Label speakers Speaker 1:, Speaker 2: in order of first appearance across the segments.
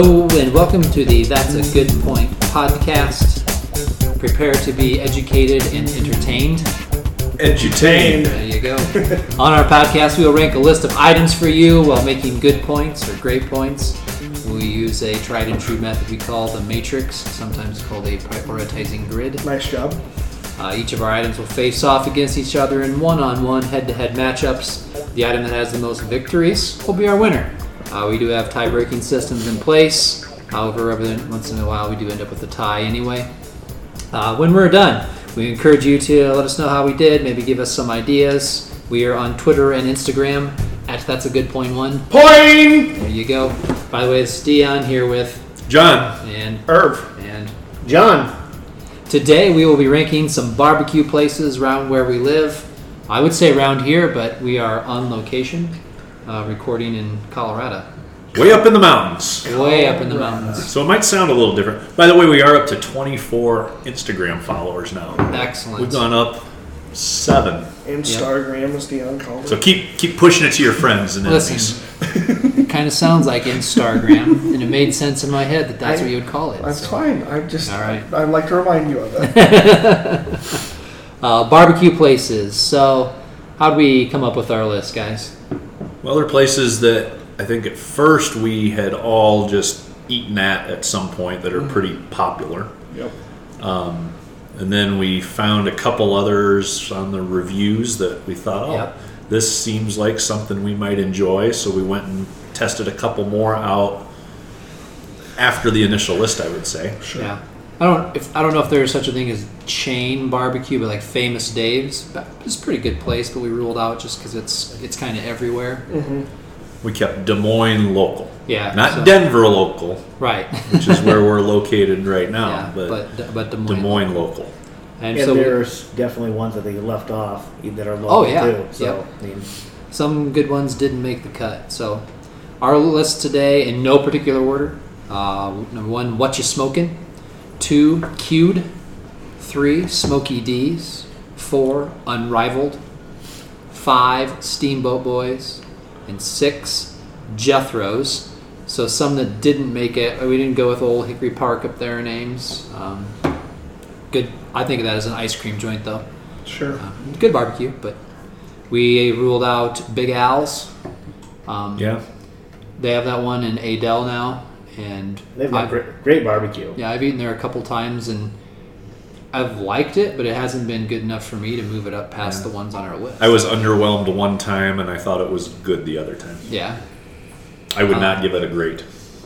Speaker 1: Welcome to the That's a Good Point podcast. Prepare to be educated and entertained.
Speaker 2: Edutained.
Speaker 1: There you go. On our podcast, we will rank a list of items for you while making good points or great points. We use a tried and true method we call the matrix, sometimes called a prioritizing grid.
Speaker 3: Nice job.
Speaker 1: Uh, each of our items will face off against each other in one on one head to head matchups. The item that has the most victories will be our winner. Uh, we do have tie breaking systems in place. However, every once in a while we do end up with a tie anyway. Uh, when we're done, we encourage you to let us know how we did, maybe give us some ideas. We are on Twitter and Instagram at That's a Good Point One.
Speaker 3: Point
Speaker 1: There you go. By the way, it's Dion here with
Speaker 2: John.
Speaker 1: and
Speaker 3: Irv.
Speaker 1: and
Speaker 3: John.
Speaker 1: Today we will be ranking some barbecue places around where we live. I would say around here, but we are on location, uh, recording in Colorado,
Speaker 2: Way up in the mountains.
Speaker 1: way up in the mountains.
Speaker 2: So it might sound a little different. By the way, we are up to 24 Instagram followers now. We've
Speaker 1: Excellent.
Speaker 2: gone up seven.
Speaker 3: And
Speaker 1: Yep.
Speaker 3: Stargram is Dion Calder.
Speaker 2: So keep keep pushing it to your friends and enemies.
Speaker 1: Listen, it kind of sounds like Instagram, and it made sense in my head that that's what you would call it.
Speaker 3: That's
Speaker 1: so.
Speaker 3: fine. I just
Speaker 1: All right.
Speaker 3: I'd like to remind you of that.
Speaker 1: Uh, barbecue places. So, how would we come up with our list, guys?
Speaker 2: Well, there are places that I think at first we had all just eaten at at some point that are pretty popular.
Speaker 3: yep.
Speaker 2: And then we found a couple others on the reviews that we thought, oh,
Speaker 1: Yep.
Speaker 2: this seems like something we might enjoy. So we went and tested a couple more out after the initial list, I would say.
Speaker 3: Sure.
Speaker 1: Yeah. I don't if I don't know if there's such a thing as chain barbecue, but like Famous Dave's, but it's a pretty good place, but we ruled out just because it's it's kind of everywhere.
Speaker 2: We kept Des Moines local,
Speaker 1: Yeah.
Speaker 2: not
Speaker 1: so-
Speaker 2: Denver local,
Speaker 1: Right.
Speaker 2: which is where we're located right now,
Speaker 1: yeah,
Speaker 2: but,
Speaker 1: but but, Des Moines.
Speaker 2: Des Moines local.
Speaker 1: And
Speaker 4: And
Speaker 1: so we-
Speaker 4: there's definitely ones that they left off that are local
Speaker 1: Oh, yeah.
Speaker 4: too. So
Speaker 1: Yep.
Speaker 4: I mean,
Speaker 1: some good ones didn't make the cut. So our list today, in no particular order. Uh, number one, what you smoking? Two, cued. Three, Smoky D's. Four, unrivaled. Five, Steamboat Boys, and six, Jethro's. So some that didn't make it, we didn't go with Old Hickory Park up there names. Um, good, I think of that as an ice cream joint though.
Speaker 3: Sure.
Speaker 1: Um, good barbecue, but we ruled out Big Al's. Um,
Speaker 2: Yeah.
Speaker 1: They have that one in Adel now, and
Speaker 4: they've got
Speaker 1: I've-
Speaker 4: great, great barbecue.
Speaker 1: yeah, I've eaten there a couple times and I've liked it, but it hasn't been good enough for me to move it up past the ones on our list.
Speaker 2: I was underwhelmed one time and I thought it was good the other time.
Speaker 1: yeah,
Speaker 2: I
Speaker 1: Uh,
Speaker 2: would not give it a grade.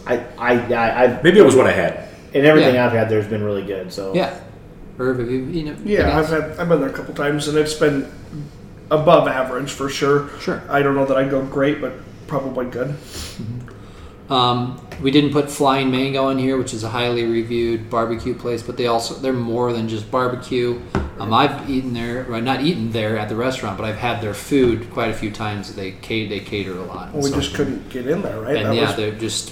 Speaker 4: I, I, I, I've,
Speaker 2: Maybe it was what I had.
Speaker 4: and everything
Speaker 1: Yeah.
Speaker 4: I've had there's been really good. So
Speaker 1: yeah. Irv, have you eaten it?
Speaker 3: Yeah, I've had I've been there a couple times and it's been above average for sure.
Speaker 1: Sure.
Speaker 3: I don't know that I go great, but probably good.
Speaker 1: Um, we didn't put Flying Mango in here, which is a highly reviewed barbecue place, but they also they're more than just barbecue. Um, I've eaten there, well, not eaten there at the restaurant, but I've had their food quite a few times. They cater, they cater a lot,
Speaker 3: Well, we just couldn't get in there, right?
Speaker 1: and yeah, they're just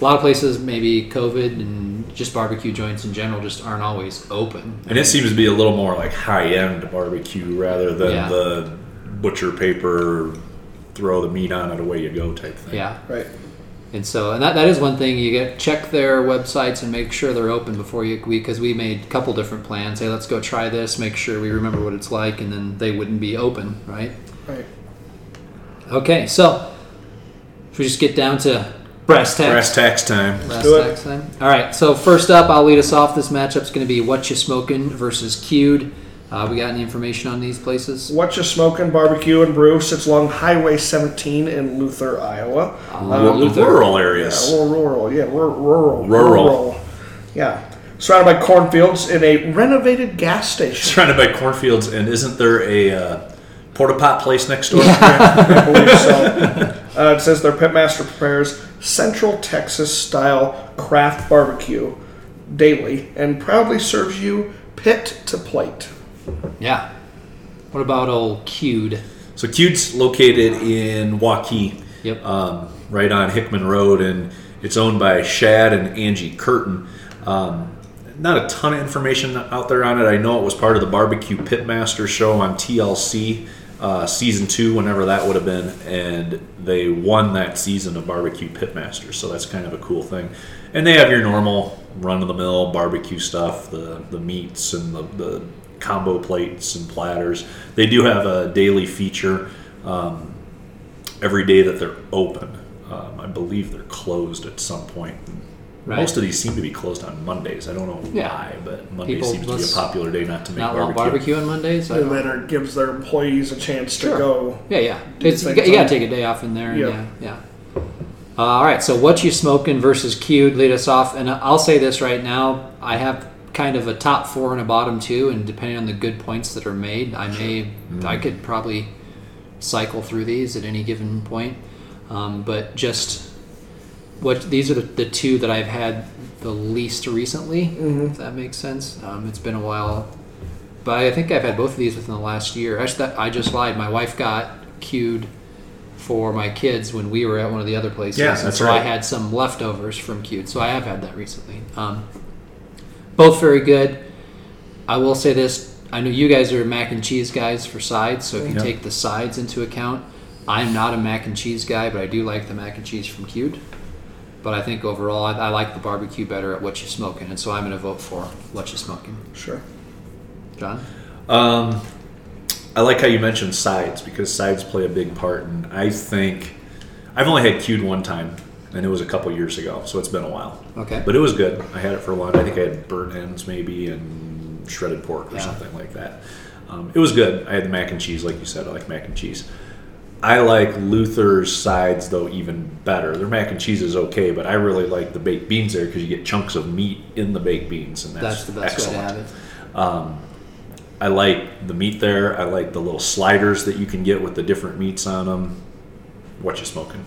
Speaker 1: a lot of places. Maybe COVID and just barbecue joints in general just aren't always open.
Speaker 2: And it seems to be a little more like high end barbecue rather than
Speaker 1: Yeah.
Speaker 2: the butcher paper, throw the meat on it, away you go type thing.
Speaker 1: Yeah,
Speaker 3: right.
Speaker 1: And so, and that, that is one thing you get check their websites and make sure they're open before you we because we made a couple different plans. Hey, let's go try this, make sure we remember what it's like, and then they wouldn't be open, right?
Speaker 3: Right.
Speaker 1: Okay, so should we just get down to brass tacks.
Speaker 2: Brass tax time.
Speaker 1: Brass
Speaker 3: do it.
Speaker 1: tacks then. All right, so first up, I'll lead us off. This matchup's going to be what you smoking versus cued. Uh, we got any information on these places?
Speaker 3: What you smoking? Barbecue and brew sits along Highway 17 in Luther, Iowa.
Speaker 1: Ah.
Speaker 2: Ru-
Speaker 1: Luther.
Speaker 2: Rural
Speaker 3: Yeah,
Speaker 2: areas.
Speaker 3: rural, rural, yeah, rural, rural,
Speaker 2: Rural.
Speaker 3: yeah. Surrounded by cornfields in a renovated gas station.
Speaker 2: Surrounded by cornfields, and isn't there a uh, porta pot place next door?
Speaker 3: I believe so. Uh, it says their pit master prepares Central Texas style craft barbecue daily and proudly serves you pit to plate.
Speaker 1: Yeah. What about old cued?
Speaker 2: So Cute's located in Waukee,
Speaker 1: Yep.
Speaker 2: um, right on Hickman Road, and it's owned by Shad and Angie Curtin. Um, not a ton of information out there on it. I know it was part of the Barbecue Pitmaster show on TLC. uh, season two, whenever that would have been, and they won that season of Barbecue Pitmasters. So that's kind of a cool thing. And they have your normal run of the mill barbecue stuff, the the meats and the, the combo plates and platters. They do have a daily feature um, every day that they're open. Um, I believe they're closed at some point.
Speaker 1: Right.
Speaker 2: Most of these seem to be closed on Mondays. I don't know
Speaker 1: Yeah.
Speaker 2: why, but Monday
Speaker 1: People
Speaker 2: seems to be a
Speaker 1: must
Speaker 2: popular day not to make
Speaker 1: Not want barbecue
Speaker 2: barbecue.
Speaker 1: on Mondays. I
Speaker 3: And
Speaker 1: don't-
Speaker 3: then it gives their employees a chance to
Speaker 1: Sure.
Speaker 3: go.
Speaker 1: Yeah, yeah.
Speaker 3: Do
Speaker 1: It's, you
Speaker 3: things
Speaker 1: got- you
Speaker 3: on-
Speaker 1: gotta take a day off in there.
Speaker 3: Yeah.
Speaker 1: Yeah, yeah. Uh, all right. So what you smoking versus cued lead us off, and I'll say this right now: I have kind of a top four and a bottom two, and depending on the good points that are made, I may, I could probably cycle through these at any given point. Um, but just what these are the, the two that I've had the least recently. If that makes sense. Um, it's been a while, but I think I've had both of these within the last year. Actually, that, I just lied. My wife got cued for my kids when we were at one of the other places.
Speaker 2: Yeah,
Speaker 1: and
Speaker 2: that's
Speaker 1: so I
Speaker 2: right.
Speaker 1: had some leftovers from cued, so I have had that recently. Um, both very good. I will say this: I know you guys are mac and cheese guys for sides, so if you
Speaker 2: Yeah.
Speaker 1: take the sides into account, I'm not a mac and cheese guy, but I do like the mac and cheese from Cute. But I think overall, I, I like the barbecue better at what you smoking, and so I'm going to vote for what you smoking.
Speaker 3: Sure.
Speaker 1: John,
Speaker 2: Um, I like how you mentioned sides because sides play a big part, and I think I've only had cued one time, and it was a couple years ago, so it's been a while.
Speaker 1: okay,
Speaker 2: But it was good. I had it for lunch. I think I had burnt ends maybe and shredded pork or
Speaker 1: Yeah.
Speaker 2: something like that. Um, it was good. I had the mac and cheese, like you said. I like mac and cheese. I like Luther's sides though even better. Their mac and cheese is okay, but I really like the baked beans there because you get chunks of meat in the baked beans, and
Speaker 1: that's
Speaker 2: that's,
Speaker 1: the best
Speaker 2: excellent.
Speaker 1: way to have it.
Speaker 2: I like the meat there. I like the little sliders that you can get with the different meats on them. What you smoking?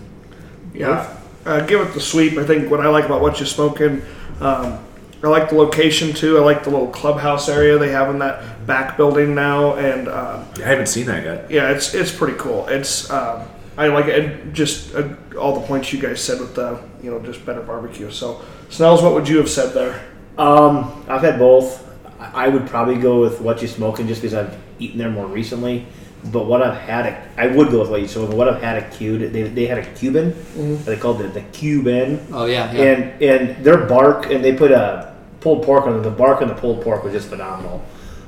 Speaker 3: Yeah. Uh, give it the sweep. I think what I like about what you're smoking, um, I like the location too. I like the little clubhouse area they have in that back building now, and um,
Speaker 2: I haven't seen that yet.
Speaker 3: yeah, it's it's pretty cool. It's um, I like it. And Just uh, all the points you guys said with the you know just better barbecue. So Snells, what would you have said there?
Speaker 4: Um, I've had both. I I would probably go with what you smoking just because I've eaten there more recently. But what I've had, a, I would go with what you smoking. What I've had a cued, they, they had a Cuban. They called it the Cuban,
Speaker 1: Mm-hmm. Oh yeah, yeah.
Speaker 4: and and their bark, and they put a pulled pork on it. The bark and the pulled pork was just phenomenal.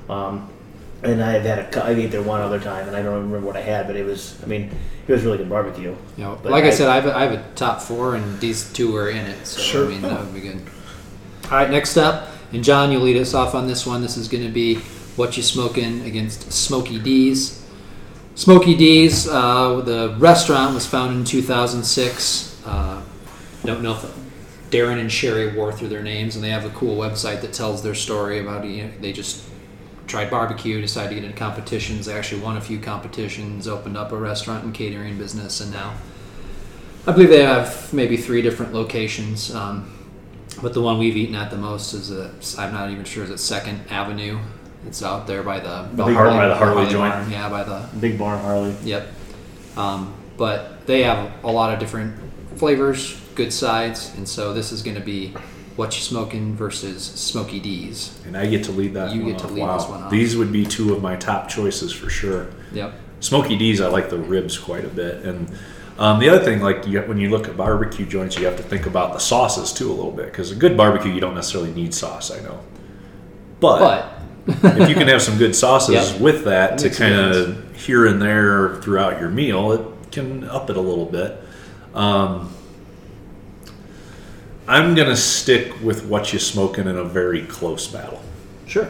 Speaker 4: Um, and I've had a, cou- I ate there one other time, and I don't remember what I had, but it was, I mean, it was really good barbecue.
Speaker 1: you know,
Speaker 4: But
Speaker 1: like I,
Speaker 4: I-
Speaker 1: said, I have, a, I have a top four, and these two are in it. So
Speaker 3: Sure.
Speaker 1: I mean, that would be good. All right, next up, and John, you lead us off on this one. This is going to be what you smoking against Smoky D's. Smoky D's, uh, the restaurant was founded in 2006. Uh, don't know if Darren and Sherry wore through their names, and they have a cool website that tells their story about you know, they just tried barbecue, decided to get into competitions. They actually won a few competitions, opened up a restaurant and catering business, and now I believe they have maybe three different locations. Um, but the one we've eaten at the most is a, I'm not even sure, is it Second Avenue? It's out there by the,
Speaker 2: The Har- by the Harley joint.
Speaker 1: Barn. Yeah, by the
Speaker 4: Big barn Harley.
Speaker 1: Yep. Um, but they have a lot of different flavors, good sides, and so this is going to be what you smoking versus Smoky D's.
Speaker 2: And I get to lead that
Speaker 1: You
Speaker 2: one
Speaker 1: get to
Speaker 2: off.
Speaker 1: lead
Speaker 2: wow.
Speaker 1: this one off.
Speaker 2: These would be two of my top choices for sure.
Speaker 1: Yep.
Speaker 2: Smoky D's, I like the ribs quite a bit. And um, the other thing, like you, when you look at barbecue joints, you have to think about the sauces too a little bit because a good barbecue, you don't necessarily need sauce. I know,
Speaker 1: But
Speaker 2: if you can have some good sauces
Speaker 1: Yeah.
Speaker 2: with that to
Speaker 1: Makes a
Speaker 2: kind of here and there throughout your meal, it can up it a little bit. Um, I'm gonna stick with what you smoking in a very close battle.
Speaker 1: sure.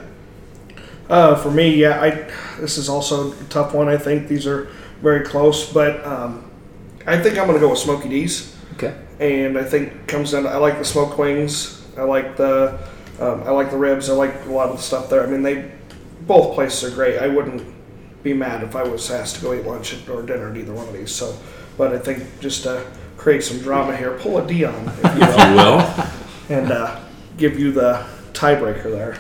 Speaker 3: Uh, for me, yeah, I this is also a tough one. I think these are very close, but um, I think I'm gonna go with Smoky D's,
Speaker 1: Okay.
Speaker 3: and I think it comes down. To, I like the smoked wings. I like the um, I like the ribs. I like a lot of the stuff there. I mean, they both places are great. I wouldn't be mad if I was asked to go eat lunch or dinner at either one of these. So, but I think just to create some drama here, pull a Dion if you will,
Speaker 2: Oh, You will.
Speaker 3: and uh, give you the tiebreaker there.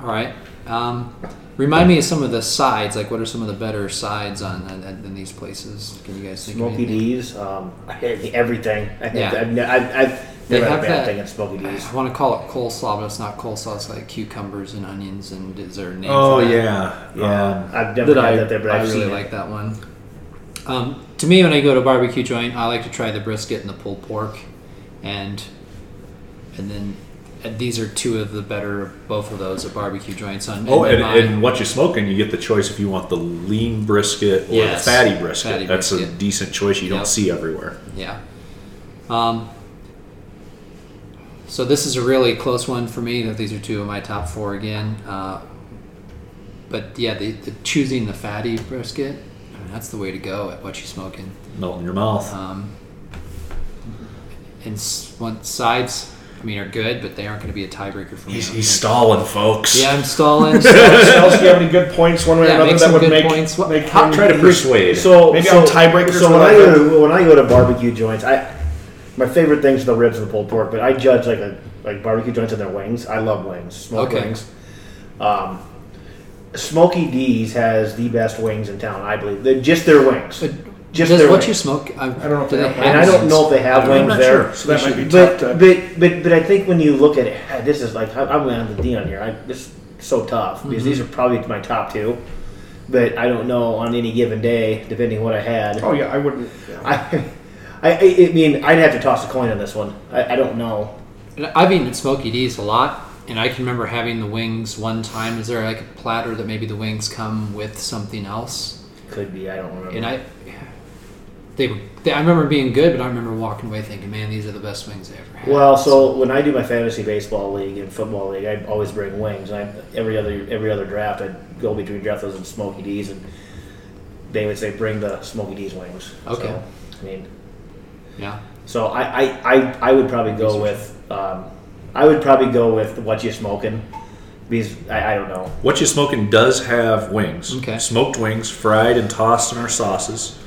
Speaker 1: All right. Um, remind me of some of the sides. Like, what are some of the better sides on on- in these places? Can you guys think
Speaker 4: Smoky
Speaker 1: of anything?
Speaker 4: D's, um, everything. I think
Speaker 1: Yeah.
Speaker 4: I've, ne- I've, I've
Speaker 1: They
Speaker 4: Never had
Speaker 1: have
Speaker 4: a bad
Speaker 1: that.
Speaker 4: thing at Smoky D's.
Speaker 1: I want to call it coleslaw, but it's not coleslaw. It's like cucumbers and onions, and is there a name?
Speaker 2: Oh
Speaker 1: for that?
Speaker 2: yeah, yeah.
Speaker 4: I've never
Speaker 1: that
Speaker 4: had
Speaker 1: I,
Speaker 4: that there, but
Speaker 1: I
Speaker 4: I've
Speaker 1: really
Speaker 4: seen
Speaker 1: like
Speaker 4: it.
Speaker 1: that one. Um, to me, when I go to a barbecue joint, I like to try the brisket and the pulled pork, and and then and these are two of the better both of those at barbecue joints. On
Speaker 2: Oh,
Speaker 1: in
Speaker 2: and,
Speaker 1: my-
Speaker 2: and what you're smoking, you get the choice if you want the lean brisket or
Speaker 1: Yes.
Speaker 2: the fatty brisket.
Speaker 1: Fatty
Speaker 2: That's a
Speaker 1: brisket.
Speaker 2: decent choice you
Speaker 1: Yep.
Speaker 2: don't see everywhere.
Speaker 1: yeah. Um, so this is a really close one for me. That these are two of my top four again. Uh, but yeah, the, the choosing the fatty brisket, I mean, that's the way to go at what you smoking.
Speaker 2: Melt in your mouth.
Speaker 1: Um, and s- one sides, I mean, are good, but they aren't going to be a tiebreaker for me.
Speaker 2: he's
Speaker 1: I don't
Speaker 2: he's
Speaker 1: think.
Speaker 2: stalling, folks.
Speaker 1: Yeah, I'm stalling.
Speaker 3: Else, do you have any good points one way
Speaker 1: Yeah,
Speaker 3: or another
Speaker 1: make
Speaker 3: that
Speaker 1: some
Speaker 3: would
Speaker 1: good
Speaker 3: make,
Speaker 1: points. What-
Speaker 3: make
Speaker 1: how-
Speaker 3: him-
Speaker 2: Try to persuade.
Speaker 4: So
Speaker 3: Maybe
Speaker 4: so,
Speaker 3: on tiebreakers
Speaker 4: So
Speaker 3: or
Speaker 4: when I
Speaker 3: whatever.
Speaker 4: go to, when I go to barbecue joints, I my favorite things are the ribs and the pulled pork. But I judge like a, like barbecue joints and their wings. I love wings, smoked
Speaker 1: Okay.
Speaker 4: wings. Um, Smoky D's has the best wings in town, I believe. They're just their wings,
Speaker 1: But
Speaker 4: just
Speaker 1: Does
Speaker 4: their
Speaker 1: what
Speaker 4: wings.
Speaker 1: you smoke? I,
Speaker 3: don't know if
Speaker 1: do
Speaker 3: they
Speaker 1: they
Speaker 3: have
Speaker 1: have
Speaker 4: and I don't
Speaker 1: wings?
Speaker 4: know if they have
Speaker 2: I'm
Speaker 4: wings
Speaker 2: not
Speaker 4: there.
Speaker 2: sure.
Speaker 3: So that might be tough
Speaker 4: But,
Speaker 3: to.
Speaker 4: but but but I think when you look at it, this is like I'm I'm on the D on here. I, this is so tough because these
Speaker 1: Mm-hmm.
Speaker 4: are probably my top two, but I don't know on any given day, depending what I had.
Speaker 3: oh yeah, I wouldn't.
Speaker 4: I, I I I mean I'd have to toss a coin on this one. I, I don't know.
Speaker 1: And I've eaten at Smoky D's a lot, and I can remember having the wings one time. Is there like a platter that maybe the wings come with something else?
Speaker 4: Could be. I don't remember.
Speaker 1: And I, they, were- they I remember being good, but I remember walking away thinking, man, these are the best wings I ever had.
Speaker 4: well, so when I do my fantasy baseball league and football league, I always bring wings. And I, every other every other draft, I would go between draft those and Smoky D's, and they would say bring the Smoky D's wings.
Speaker 1: Okay.
Speaker 4: So, I mean,
Speaker 1: yeah,
Speaker 4: So I, I, I, I would probably go with um, I would probably go with what you smoking because I, I don't know.
Speaker 2: What you smoking does have wings.
Speaker 1: Okay.
Speaker 2: Smoked wings, fried and tossed in our sauces.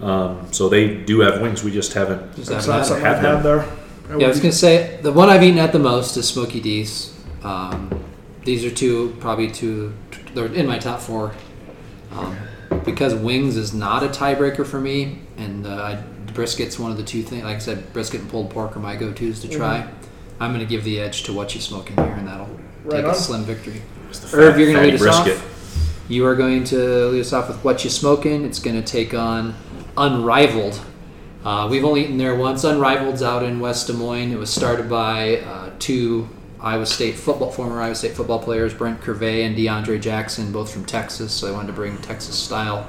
Speaker 2: Um, so they do have wings. We just haven't.
Speaker 1: Just
Speaker 3: It's
Speaker 1: haven't
Speaker 3: not
Speaker 1: had it.
Speaker 3: something I've
Speaker 2: Have them.
Speaker 3: had there. I
Speaker 1: Yeah, I
Speaker 3: wouldn't-
Speaker 1: was gonna say the one I've eaten at the most is Smoky D's. Um, these are two, probably two. They're in my top four um, because wings is not a tiebreaker for me, and uh, I, brisket's one of the two things. Like I said, brisket and pulled pork are my go-to's to try. I'm gonna give the edge to what you smoking here, and that'll
Speaker 3: Mm-hmm. Right
Speaker 1: take
Speaker 3: on.
Speaker 1: a slim victory.
Speaker 2: It's the
Speaker 1: Irv,
Speaker 2: fat-
Speaker 1: you're gonna
Speaker 2: fatty
Speaker 1: lead us off? You are going to lead us off with what you smoking. It's going to take on Unrivaled. Uh, we've only eaten there once. Unrivaled's out in West Des Moines. It was started by uh, two Iowa State football, former Iowa State football players, Brent Curvey and DeAndre Jackson, both from Texas. So they wanted to bring Texas style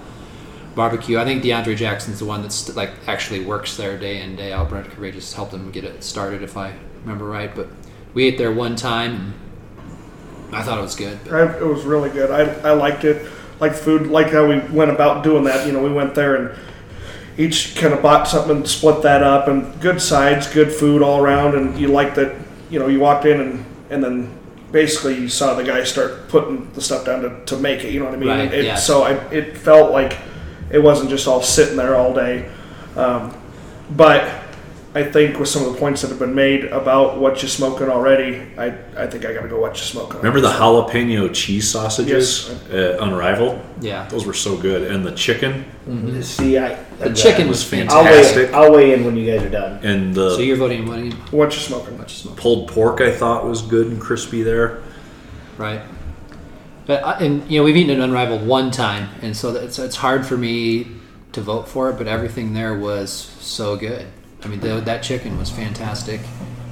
Speaker 1: barbecue. I think DeAndre Jackson's the one that's like actually works there day in day out. Brent Curvey just helped them get it started, if I remember right. But we ate there one time. and I thought it was good. but-
Speaker 3: I, it was really good. I, I liked it. Like food, like how we went about doing that. You know, we went there and each kind of bought something and split that up. And good sides, good food all around. And you liked that. You know, you walked in and and then basically you saw the guy start putting the stuff down to, to make it. You know what I mean?
Speaker 1: Right,
Speaker 3: It-
Speaker 1: yeah.
Speaker 3: So I, it felt like it wasn't just all sitting there all day. Um, but I think with some of the points that have been made about what you're smoking already, I, I think I got to go what you're smoking.
Speaker 2: Remember the jalapeno cheese sausages at Unrivaled?
Speaker 1: yeah.
Speaker 2: Those were so good. And the chicken
Speaker 4: See, I
Speaker 1: Mm-hmm.
Speaker 4: uh,
Speaker 1: The chicken was
Speaker 4: I'll
Speaker 1: fantastic.
Speaker 4: weigh, I'll weigh in when you guys are done.
Speaker 2: and the
Speaker 1: So you're voting what do you
Speaker 3: what you're smoking.
Speaker 1: what you smoke,
Speaker 2: pulled pork I thought was good and crispy there.
Speaker 1: right? But I, and you know we've eaten an unrivaled one time, and so that- it's it's hard for me to vote for it. But everything there was so good. I mean, the, that chicken was fantastic.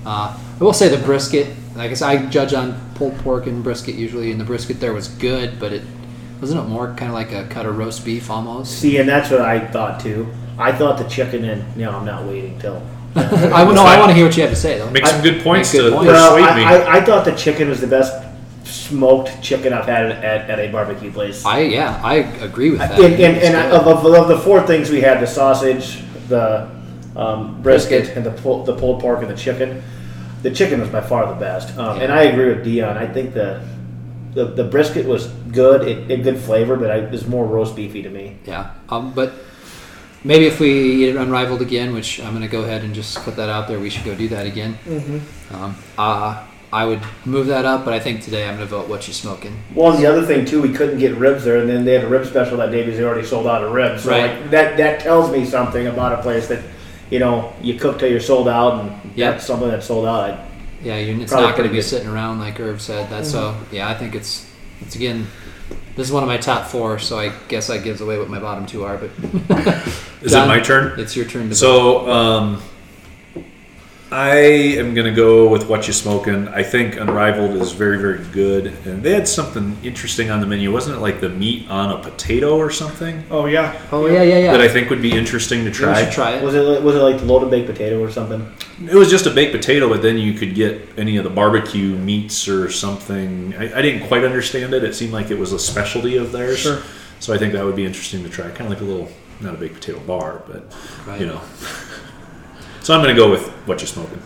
Speaker 1: Uh, I will say the brisket. Like I guess I judge on pulled pork and brisket usually, and the brisket there was good, but it wasn't it more kind of like a cut of roast beef almost.
Speaker 4: See, and that's what I thought too. I thought the chicken and no, I'm not waiting till.
Speaker 1: I no, I want to hear what you have to say though.
Speaker 2: Make
Speaker 4: I-
Speaker 2: some good points
Speaker 1: good
Speaker 2: to
Speaker 1: points.
Speaker 4: Well,
Speaker 2: persuade me.
Speaker 4: I, I, I thought the chicken was the best smoked chicken I've had at, at a barbecue place.
Speaker 1: I yeah, I agree with that.
Speaker 4: and and,
Speaker 1: It's
Speaker 4: and I,
Speaker 1: good.
Speaker 4: of, of, of the four things we had, the sausage, the um, brisket,
Speaker 1: Brisket.
Speaker 4: and the pull, the pulled pork and the chicken. The chicken was by far the best, um, and
Speaker 1: Yeah.
Speaker 4: I agree with Dion. I think the the, the brisket was good, it, it good flavor, but I, it was more roast beefy to me.
Speaker 1: Yeah, um, but maybe if we eat it unrivaled again, which I'm going to go ahead and just put that out there, we should go do that again. Mm-hmm. Um, uh, I would move that up, but I think today I'm going to vote what you smoking.
Speaker 4: Well, and the other thing too, we couldn't get ribs there, and then they had a rib special that day because they already sold out of ribs. So
Speaker 1: Right.
Speaker 4: like, that that tells me something about a place that you know, you cook till you're sold out, and
Speaker 1: Yeah.
Speaker 4: that's something that's sold out. I,
Speaker 1: Yeah, you it's
Speaker 4: Probably
Speaker 1: not going to
Speaker 4: pretty
Speaker 1: be
Speaker 4: good.
Speaker 1: sitting around like Irv said. That's so. Yeah, I think it's it's again. This is one of my top four, so I guess that gives away what my bottom two are. But
Speaker 2: Is
Speaker 1: John,
Speaker 2: it my turn?
Speaker 1: It's your turn to.
Speaker 2: So, um, I am going to go with what you smoking. I think Unrivaled is very, very good, and they had something interesting on the menu, wasn't it? Like the meat on a potato or something
Speaker 3: Oh yeah.
Speaker 1: oh yeah, yeah, yeah.
Speaker 2: that I think would be interesting to
Speaker 1: you
Speaker 2: try.
Speaker 1: should try it.
Speaker 4: was it like- was it like the loaded baked potato or something?
Speaker 2: It was just a baked potato, but then you could get any of the barbecue meats or something. I, I didn't quite understand it. It seemed like it was a specialty of theirs.
Speaker 3: Sure.
Speaker 2: So I think that would be interesting to try. Kind of like a little, not a baked potato bar, but
Speaker 1: Right.
Speaker 2: you know. so I'm going to go with what you smoking.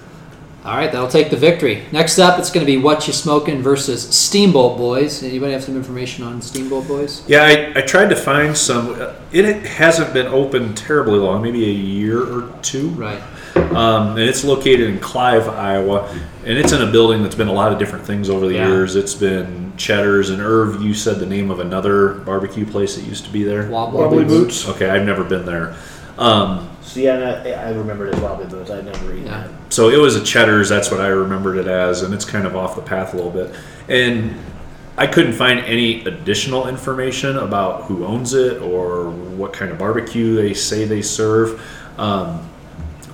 Speaker 1: All right, that'll take the victory. Next up, it's going to be what you smoking versus Steamboat Boys. Anybody have some information on Steamboat Boys?
Speaker 2: Yeah, I, I tried to find some. uh, It hasn't been open terribly long, maybe a year or two.
Speaker 1: Right.
Speaker 2: Um, and it's located in Clive, Iowa. And it's in a building that's been a lot of different things over the
Speaker 1: Yeah.
Speaker 2: years. It's been Cheddar's and Irv. You said the name of another barbecue place that used to be there.
Speaker 1: Wobble,
Speaker 3: Wobbly
Speaker 1: boots.
Speaker 3: boots.
Speaker 2: Okay, I've never been there. Um,
Speaker 4: So yeah, and I, I remembered it as well, but I never eaten
Speaker 1: Yeah.
Speaker 4: that.
Speaker 2: so it was a cheddar's that's what i remembered it as and it's kind of off the path a little bit and i couldn't find any additional information about who owns it or what kind of barbecue they say they serve um,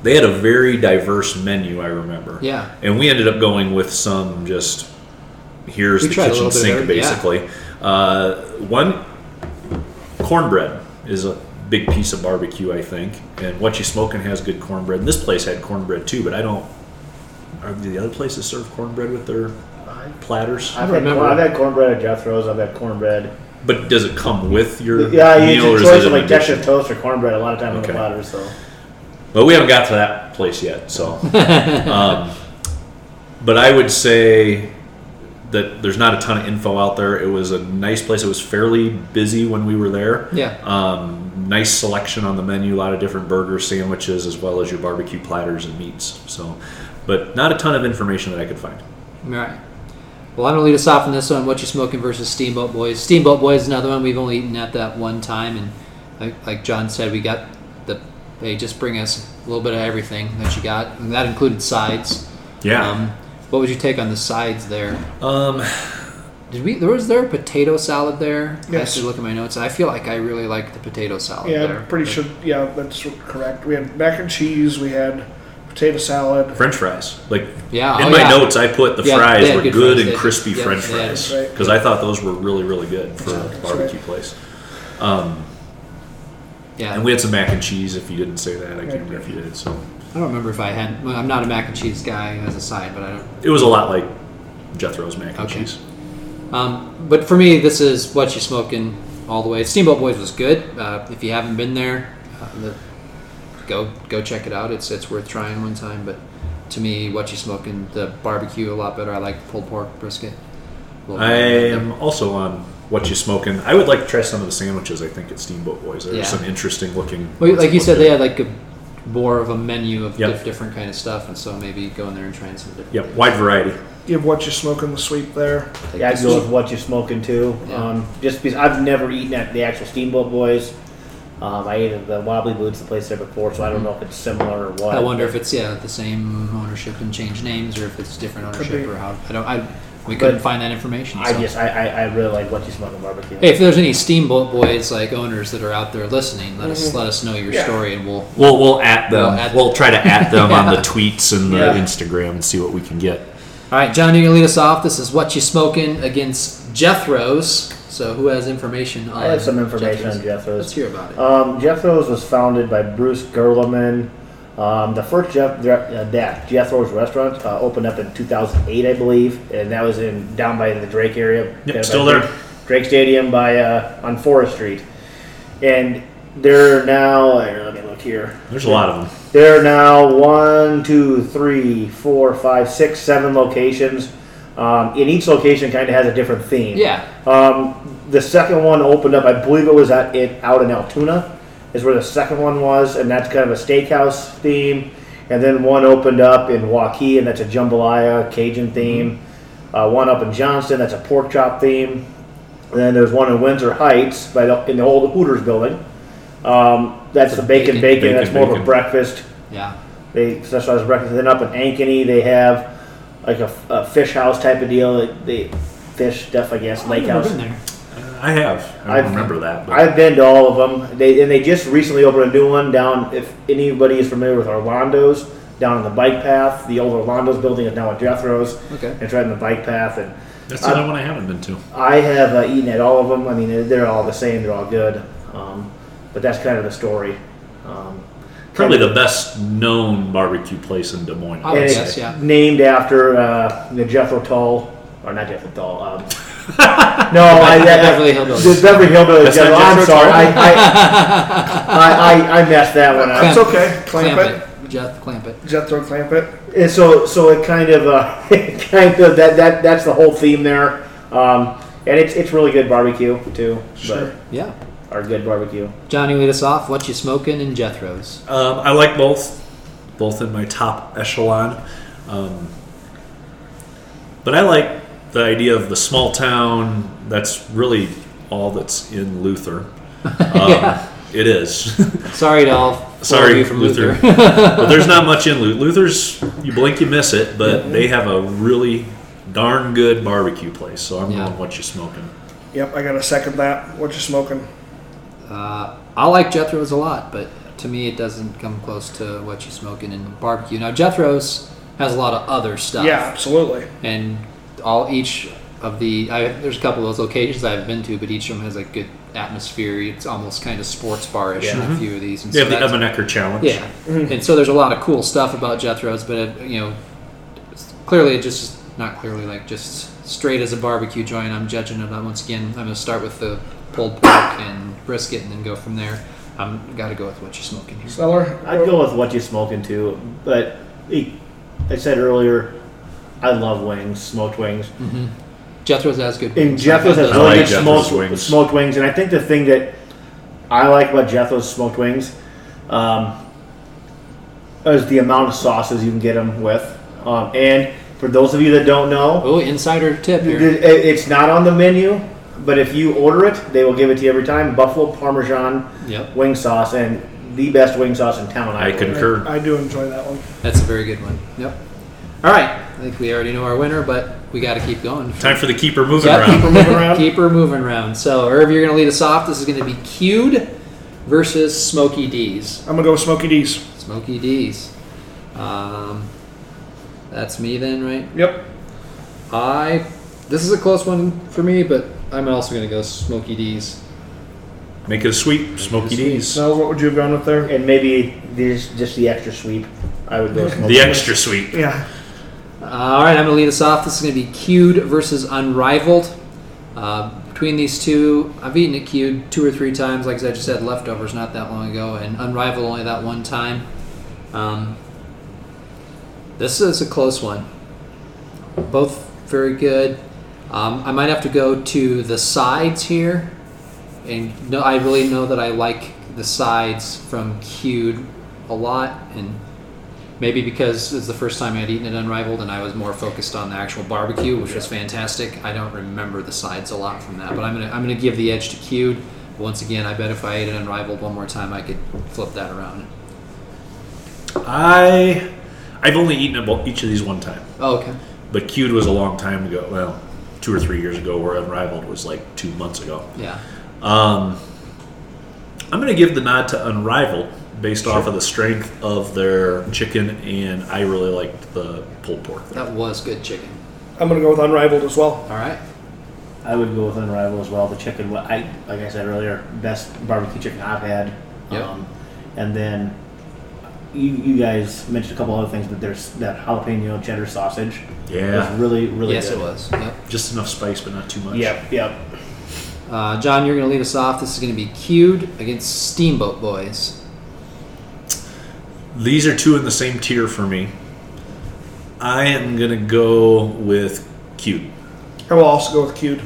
Speaker 2: they had a very diverse menu i remember
Speaker 1: Yeah.
Speaker 2: and we ended up going with some just here's
Speaker 1: We
Speaker 2: the
Speaker 1: tried a little
Speaker 2: kitchen
Speaker 1: bit of
Speaker 2: sink
Speaker 1: everything, yeah.
Speaker 2: basically uh, one cornbread is a big piece of barbecue, I think. And what you smoking has good cornbread. And this place had cornbread too, but I don't. Are the other places serve cornbread with their platters?
Speaker 4: I've had,
Speaker 1: remember-
Speaker 4: corn, I've had cornbread at Jethro's. I've had cornbread.
Speaker 2: But does it come with your
Speaker 4: Yeah, you
Speaker 2: meal, or
Speaker 4: get
Speaker 2: is
Speaker 4: a choice
Speaker 2: it
Speaker 4: of
Speaker 2: an
Speaker 4: like Texas
Speaker 2: addition?
Speaker 4: toast or cornbread a lot of time on the
Speaker 2: Okay.
Speaker 4: platter. So
Speaker 2: But we haven't got to that place yet, so. um, but I would say that there's not a ton of info out there. It was a nice place. It was fairly busy when we were there.
Speaker 1: Yeah.
Speaker 2: Um, nice selection on the menu. A lot of different burgers, sandwiches, as well as your barbecue platters and meats. So, but not a ton of information that I could find.
Speaker 1: All right. Well, I'm gonna lead us off on this one. What you smoking versus Steamboat Boys? Steamboat Boys is another one we've only eaten at that one time, and like, like John said, we got the they just bring us a little bit of everything that you got, and that included sides. Um, what would you take on the sides there?
Speaker 2: Um,
Speaker 1: Did we? There was there a potato salad there. I have
Speaker 3: Yes.
Speaker 1: to look at my notes. I feel like I really like the potato salad.
Speaker 3: Yeah,
Speaker 1: there.
Speaker 3: I'm pretty sure. Yeah, that's correct. We had mac and cheese. We had potato salad.
Speaker 2: French fries. Like
Speaker 1: Yeah,
Speaker 2: in
Speaker 1: oh,
Speaker 2: my
Speaker 1: yeah.
Speaker 2: notes, I put the
Speaker 1: Yeah, they
Speaker 2: fries
Speaker 1: had
Speaker 2: were
Speaker 1: good
Speaker 2: good,
Speaker 1: fries. They
Speaker 2: and
Speaker 1: had-
Speaker 2: crispy
Speaker 1: yeah,
Speaker 2: French
Speaker 1: they had-
Speaker 2: fries
Speaker 3: Right.
Speaker 2: because I thought those were really really good for a barbecue place.
Speaker 1: Yeah,
Speaker 2: And we had some mac and cheese. If you didn't say that, I
Speaker 3: Right.
Speaker 2: can't remember if you did. So
Speaker 1: I don't remember if I had. Well, I'm not a mac and cheese guy as a side, but I don't.
Speaker 2: it was a lot like Jethro's mac and
Speaker 1: Okay.
Speaker 2: cheese.
Speaker 1: Um, but for me, this is what you smoking all the way. Steamboat Boys was good. Uh, if you haven't been there, uh, the, go go check it out. It's it's worth trying one time. But to me, what you smoking the barbecue a lot better. I like the pulled pork brisket. A little
Speaker 2: I
Speaker 1: bit.
Speaker 2: am also on what you smoking. I would like to try some of the sandwiches. I think at Steamboat Boys, there's
Speaker 1: Yeah.
Speaker 2: some interesting looking.
Speaker 1: Well, like you
Speaker 2: looking
Speaker 1: said, they had
Speaker 2: good.
Speaker 1: like a more of a menu of
Speaker 2: Yep.
Speaker 1: dif- different kind of stuff, and so maybe go in there and try some different.
Speaker 2: Yep, wide variety.
Speaker 3: Give what you smoke in the sweep there.
Speaker 1: Like,
Speaker 4: yeah, I
Speaker 1: this
Speaker 4: go
Speaker 1: was-
Speaker 4: with what you're smoking too.
Speaker 1: Yeah.
Speaker 4: Um, just because I've never eaten at the actual Steamboat Boys. Um, I ate at the Wobbly Boots, the place there before, so I don't know if it's similar or what.
Speaker 1: I wonder if it's yeah the same ownership and change names, or if it's different ownership,
Speaker 3: be.
Speaker 1: or how I don't. I we couldn't
Speaker 4: But
Speaker 1: find that information.
Speaker 4: I
Speaker 1: so.
Speaker 4: just I, I, I really like what you smoking barbecue.
Speaker 1: Hey, if there's any Steamboat Boys like owners that are out there listening, let us
Speaker 4: Mm-hmm.
Speaker 1: let us know your
Speaker 3: Yeah.
Speaker 1: story, and we'll
Speaker 2: We'll we'll at them.
Speaker 1: We'll
Speaker 2: We'll,
Speaker 1: at-
Speaker 2: try to at them on
Speaker 1: Yeah.
Speaker 2: the tweets and the
Speaker 3: Yeah.
Speaker 2: Instagram and see what we can get.
Speaker 1: All right, John, you're gonna lead us off. This is what you smoking against Jethro's. So, who has information on?
Speaker 4: I have some information on Jethro's.
Speaker 1: Let's hear about it.
Speaker 4: Um, Jethro's was founded by Bruce Gerleman. Um, the first Jeff, uh, that Jethro's restaurant uh, opened up in 2008, I believe, and that was in down by the Drake area.
Speaker 2: Yep,
Speaker 4: down by
Speaker 2: still
Speaker 4: Drake-
Speaker 2: there.
Speaker 4: Drake Stadium by uh, on Forest Street, and they're now. Here, let me look here.
Speaker 2: There's a lot of them.
Speaker 4: There are now one, two, three, four, five, six, seven locations. Um, and each location kind of has a different theme.
Speaker 1: Yeah.
Speaker 4: Um, the second one opened up, I believe it was at it out in Altoona, is where the second one was, and that's kind of a steakhouse theme. And then one opened up in Waukee, and that's a jambalaya Cajun theme.
Speaker 1: Mm-hmm.
Speaker 4: Uh, one up in Johnston, that's a pork chop theme. And then there's one in Windsor Heights, by the, in the old Hooters building. Um, that's the bacon, bacon
Speaker 2: Bacon,
Speaker 4: That's more of a
Speaker 2: bacon.
Speaker 4: breakfast
Speaker 1: Yeah.
Speaker 4: They specialize in breakfast. Then up in Ankeny, they have like a, a fish house type of deal. They fish stuff, I guess, lake
Speaker 1: I've never
Speaker 4: house.
Speaker 1: been there.
Speaker 2: I have. I
Speaker 4: I've-
Speaker 2: don't remember that. But
Speaker 4: I've been to all of them. They and they just recently opened a new one down. If anybody is familiar with Orlando's, down on the bike path, the old Orlando's building is now a Jethro's.
Speaker 1: Okay.
Speaker 4: It's right on the bike path, and
Speaker 2: that's
Speaker 4: I-
Speaker 2: the only one I haven't been to.
Speaker 4: I have uh, eaten at all of them. I mean, they're, they're all the same. They're all good. Um, but that's kind of the story. Um,
Speaker 2: Probably the best known barbecue place in Des Moines.
Speaker 1: I
Speaker 2: I
Speaker 1: would
Speaker 4: and
Speaker 1: Oh, Yes,
Speaker 2: would
Speaker 4: it's
Speaker 1: say.
Speaker 2: say.
Speaker 1: yeah.
Speaker 4: named after uh, the Jethro Tull, or not Jethro Tull. Um, no, I, I,
Speaker 1: Beverly
Speaker 4: The
Speaker 1: Hillbillies.
Speaker 4: Beverly Hillbillies.
Speaker 2: That's
Speaker 4: Jethro,
Speaker 2: not
Speaker 4: I'm
Speaker 2: Jethro
Speaker 4: sorry.
Speaker 2: Tull?
Speaker 4: I, I, I, I, I messed that one up.
Speaker 3: That's okay.
Speaker 1: Clamp
Speaker 3: Clamp, it.
Speaker 1: it. Jeff, clamp it.
Speaker 3: Jethro clamp it.
Speaker 4: And so, so it kind of, uh, it kind of that, that that's the whole theme there. Um, and it's it's really good barbecue too.
Speaker 3: Sure.
Speaker 1: Yeah.
Speaker 4: But, or good barbecue.
Speaker 1: Johnny, lead us off. What you smoking in Jethro's?
Speaker 2: Um, I like both, both in my top echelon. Um, but I like the idea of the small town. That's really all that's in Luther. Um,
Speaker 1: Yeah.
Speaker 2: It is.
Speaker 1: Sorry to all four of
Speaker 2: Sorry,
Speaker 1: you from
Speaker 2: Luther.
Speaker 1: Luther.
Speaker 2: but there's not much in Luther. Luther's, you blink, you miss it, but they have a really darn good barbecue place. So I'm
Speaker 1: Yeah.
Speaker 2: going what you smoking.
Speaker 3: Yep, I got to second that. What you smoking?
Speaker 1: Uh, I like Jethro's a lot, but to me, it doesn't come close to what you smoking in barbecue. Now, Jethro's has a lot of other stuff.
Speaker 3: Yeah, absolutely.
Speaker 1: and all each of the I, there's a couple of those locations I've been to, but each of them has a good atmosphere. It's almost kind of sports barish in a few of these. And
Speaker 2: They have the
Speaker 1: that's-
Speaker 2: Ebenecker Challenge.
Speaker 1: yeah,
Speaker 4: Mm-hmm.
Speaker 1: and so there's a lot of cool stuff about Jethro's, but it, you know, it's clearly it just not clearly like just straight as a barbecue joint. I'm judging it on once again. I'm going to start with the pulled pork and brisket, and then go from there. I'm got to go with what you're smoking here.
Speaker 3: Sneller?
Speaker 4: I'd go with what you smoking too. But e- I said earlier, I love wings, smoked wings.
Speaker 1: Jethro's has good.
Speaker 4: And
Speaker 1: wings.
Speaker 4: Jethro's has
Speaker 1: I've had
Speaker 4: really
Speaker 2: like
Speaker 4: good
Speaker 2: Jethro's
Speaker 4: smoked wings.
Speaker 2: wings.
Speaker 4: smoked wings, and I think the thing that I like about Jethro's smoked wings um, is the amount of sauces you can get them with. Um, and for those of you that don't
Speaker 1: those.
Speaker 4: know,
Speaker 1: Oh, insider tip
Speaker 4: it-
Speaker 1: here.
Speaker 4: it- it's not on the menu, but if you order it, they will give it to you every time. Buffalo Parmesan
Speaker 1: Yep,
Speaker 4: wing sauce, and the best wing sauce in town.
Speaker 2: I
Speaker 4: believe.
Speaker 2: concur.
Speaker 3: I do enjoy that one.
Speaker 1: that's a very good one. Yep. All right, I think we already know our winner, but we got to keep going.
Speaker 2: Time for the keeper moving
Speaker 1: Yep,
Speaker 2: around.
Speaker 1: keep her moving
Speaker 3: around.
Speaker 1: around. Keep her moving around. So, Irv, you're going to lead us off. This is going to be Cued versus Smoky D's.
Speaker 3: I'm going to go with Smoky D's.
Speaker 1: Smoky D's. Um, that's me then, right?
Speaker 3: Yep.
Speaker 1: I. This is a close one for me, but I'm also going to go Smoky D's.
Speaker 2: Make it a sweep, Smoky D's.
Speaker 3: Smells, what would you have gone with there?
Speaker 4: And maybe there's just the extra sweep. I would go with smoked
Speaker 2: The
Speaker 4: wings.
Speaker 2: extra sweep.
Speaker 3: Yeah.
Speaker 1: All right, I'm going to lead us off. This is going to be Cued versus Unrivaled. Uh, between these two, I've eaten at Cued two or three times. Like I just had leftovers not that long ago, and Unrivaled only that one time. Um, this is a close one. Both very good. Um, I might have to go to the sides here, and no, I really know that I like the sides from Cued a lot, and Maybe because it's the first time I'd eaten at Unrivaled and I was more focused on the actual barbecue, which was fantastic. I don't remember the sides a lot from that, but I'm gonna I'm gonna give the edge to Cued. Once again, I bet if I ate at Unrivaled one more time, I could flip that around.
Speaker 2: I, I've only eaten about each of these one time,
Speaker 1: Oh, okay.
Speaker 2: but Cued was a long time ago. Well, two or three years ago, where Unrivaled was like two months ago.
Speaker 1: Yeah.
Speaker 2: Um, I'm going to give the nod to Unrivaled based off of the strength of their chicken, and I really liked the pulled pork.
Speaker 1: That was good chicken.
Speaker 3: I'm going to go with Unrivaled as well.
Speaker 1: All right.
Speaker 4: I would go with Unrivaled as well. The chicken, wa- I like I said earlier, best barbecue chicken I've had. Um,
Speaker 1: Yep.
Speaker 4: and then you, you guys mentioned a couple other things, but there's that jalapeno cheddar sausage.
Speaker 2: Yeah.
Speaker 4: was really really
Speaker 1: yes,
Speaker 4: good.
Speaker 1: it was. Yep.
Speaker 2: Just enough spice, but not too much.
Speaker 4: Yep, yep.
Speaker 1: Uh, John, you're gonna lead us off. This is gonna be Cued against Steamboat Boys.
Speaker 2: These are two in the same tier for me. I am going to go with Cued.
Speaker 3: I will also go with Cued.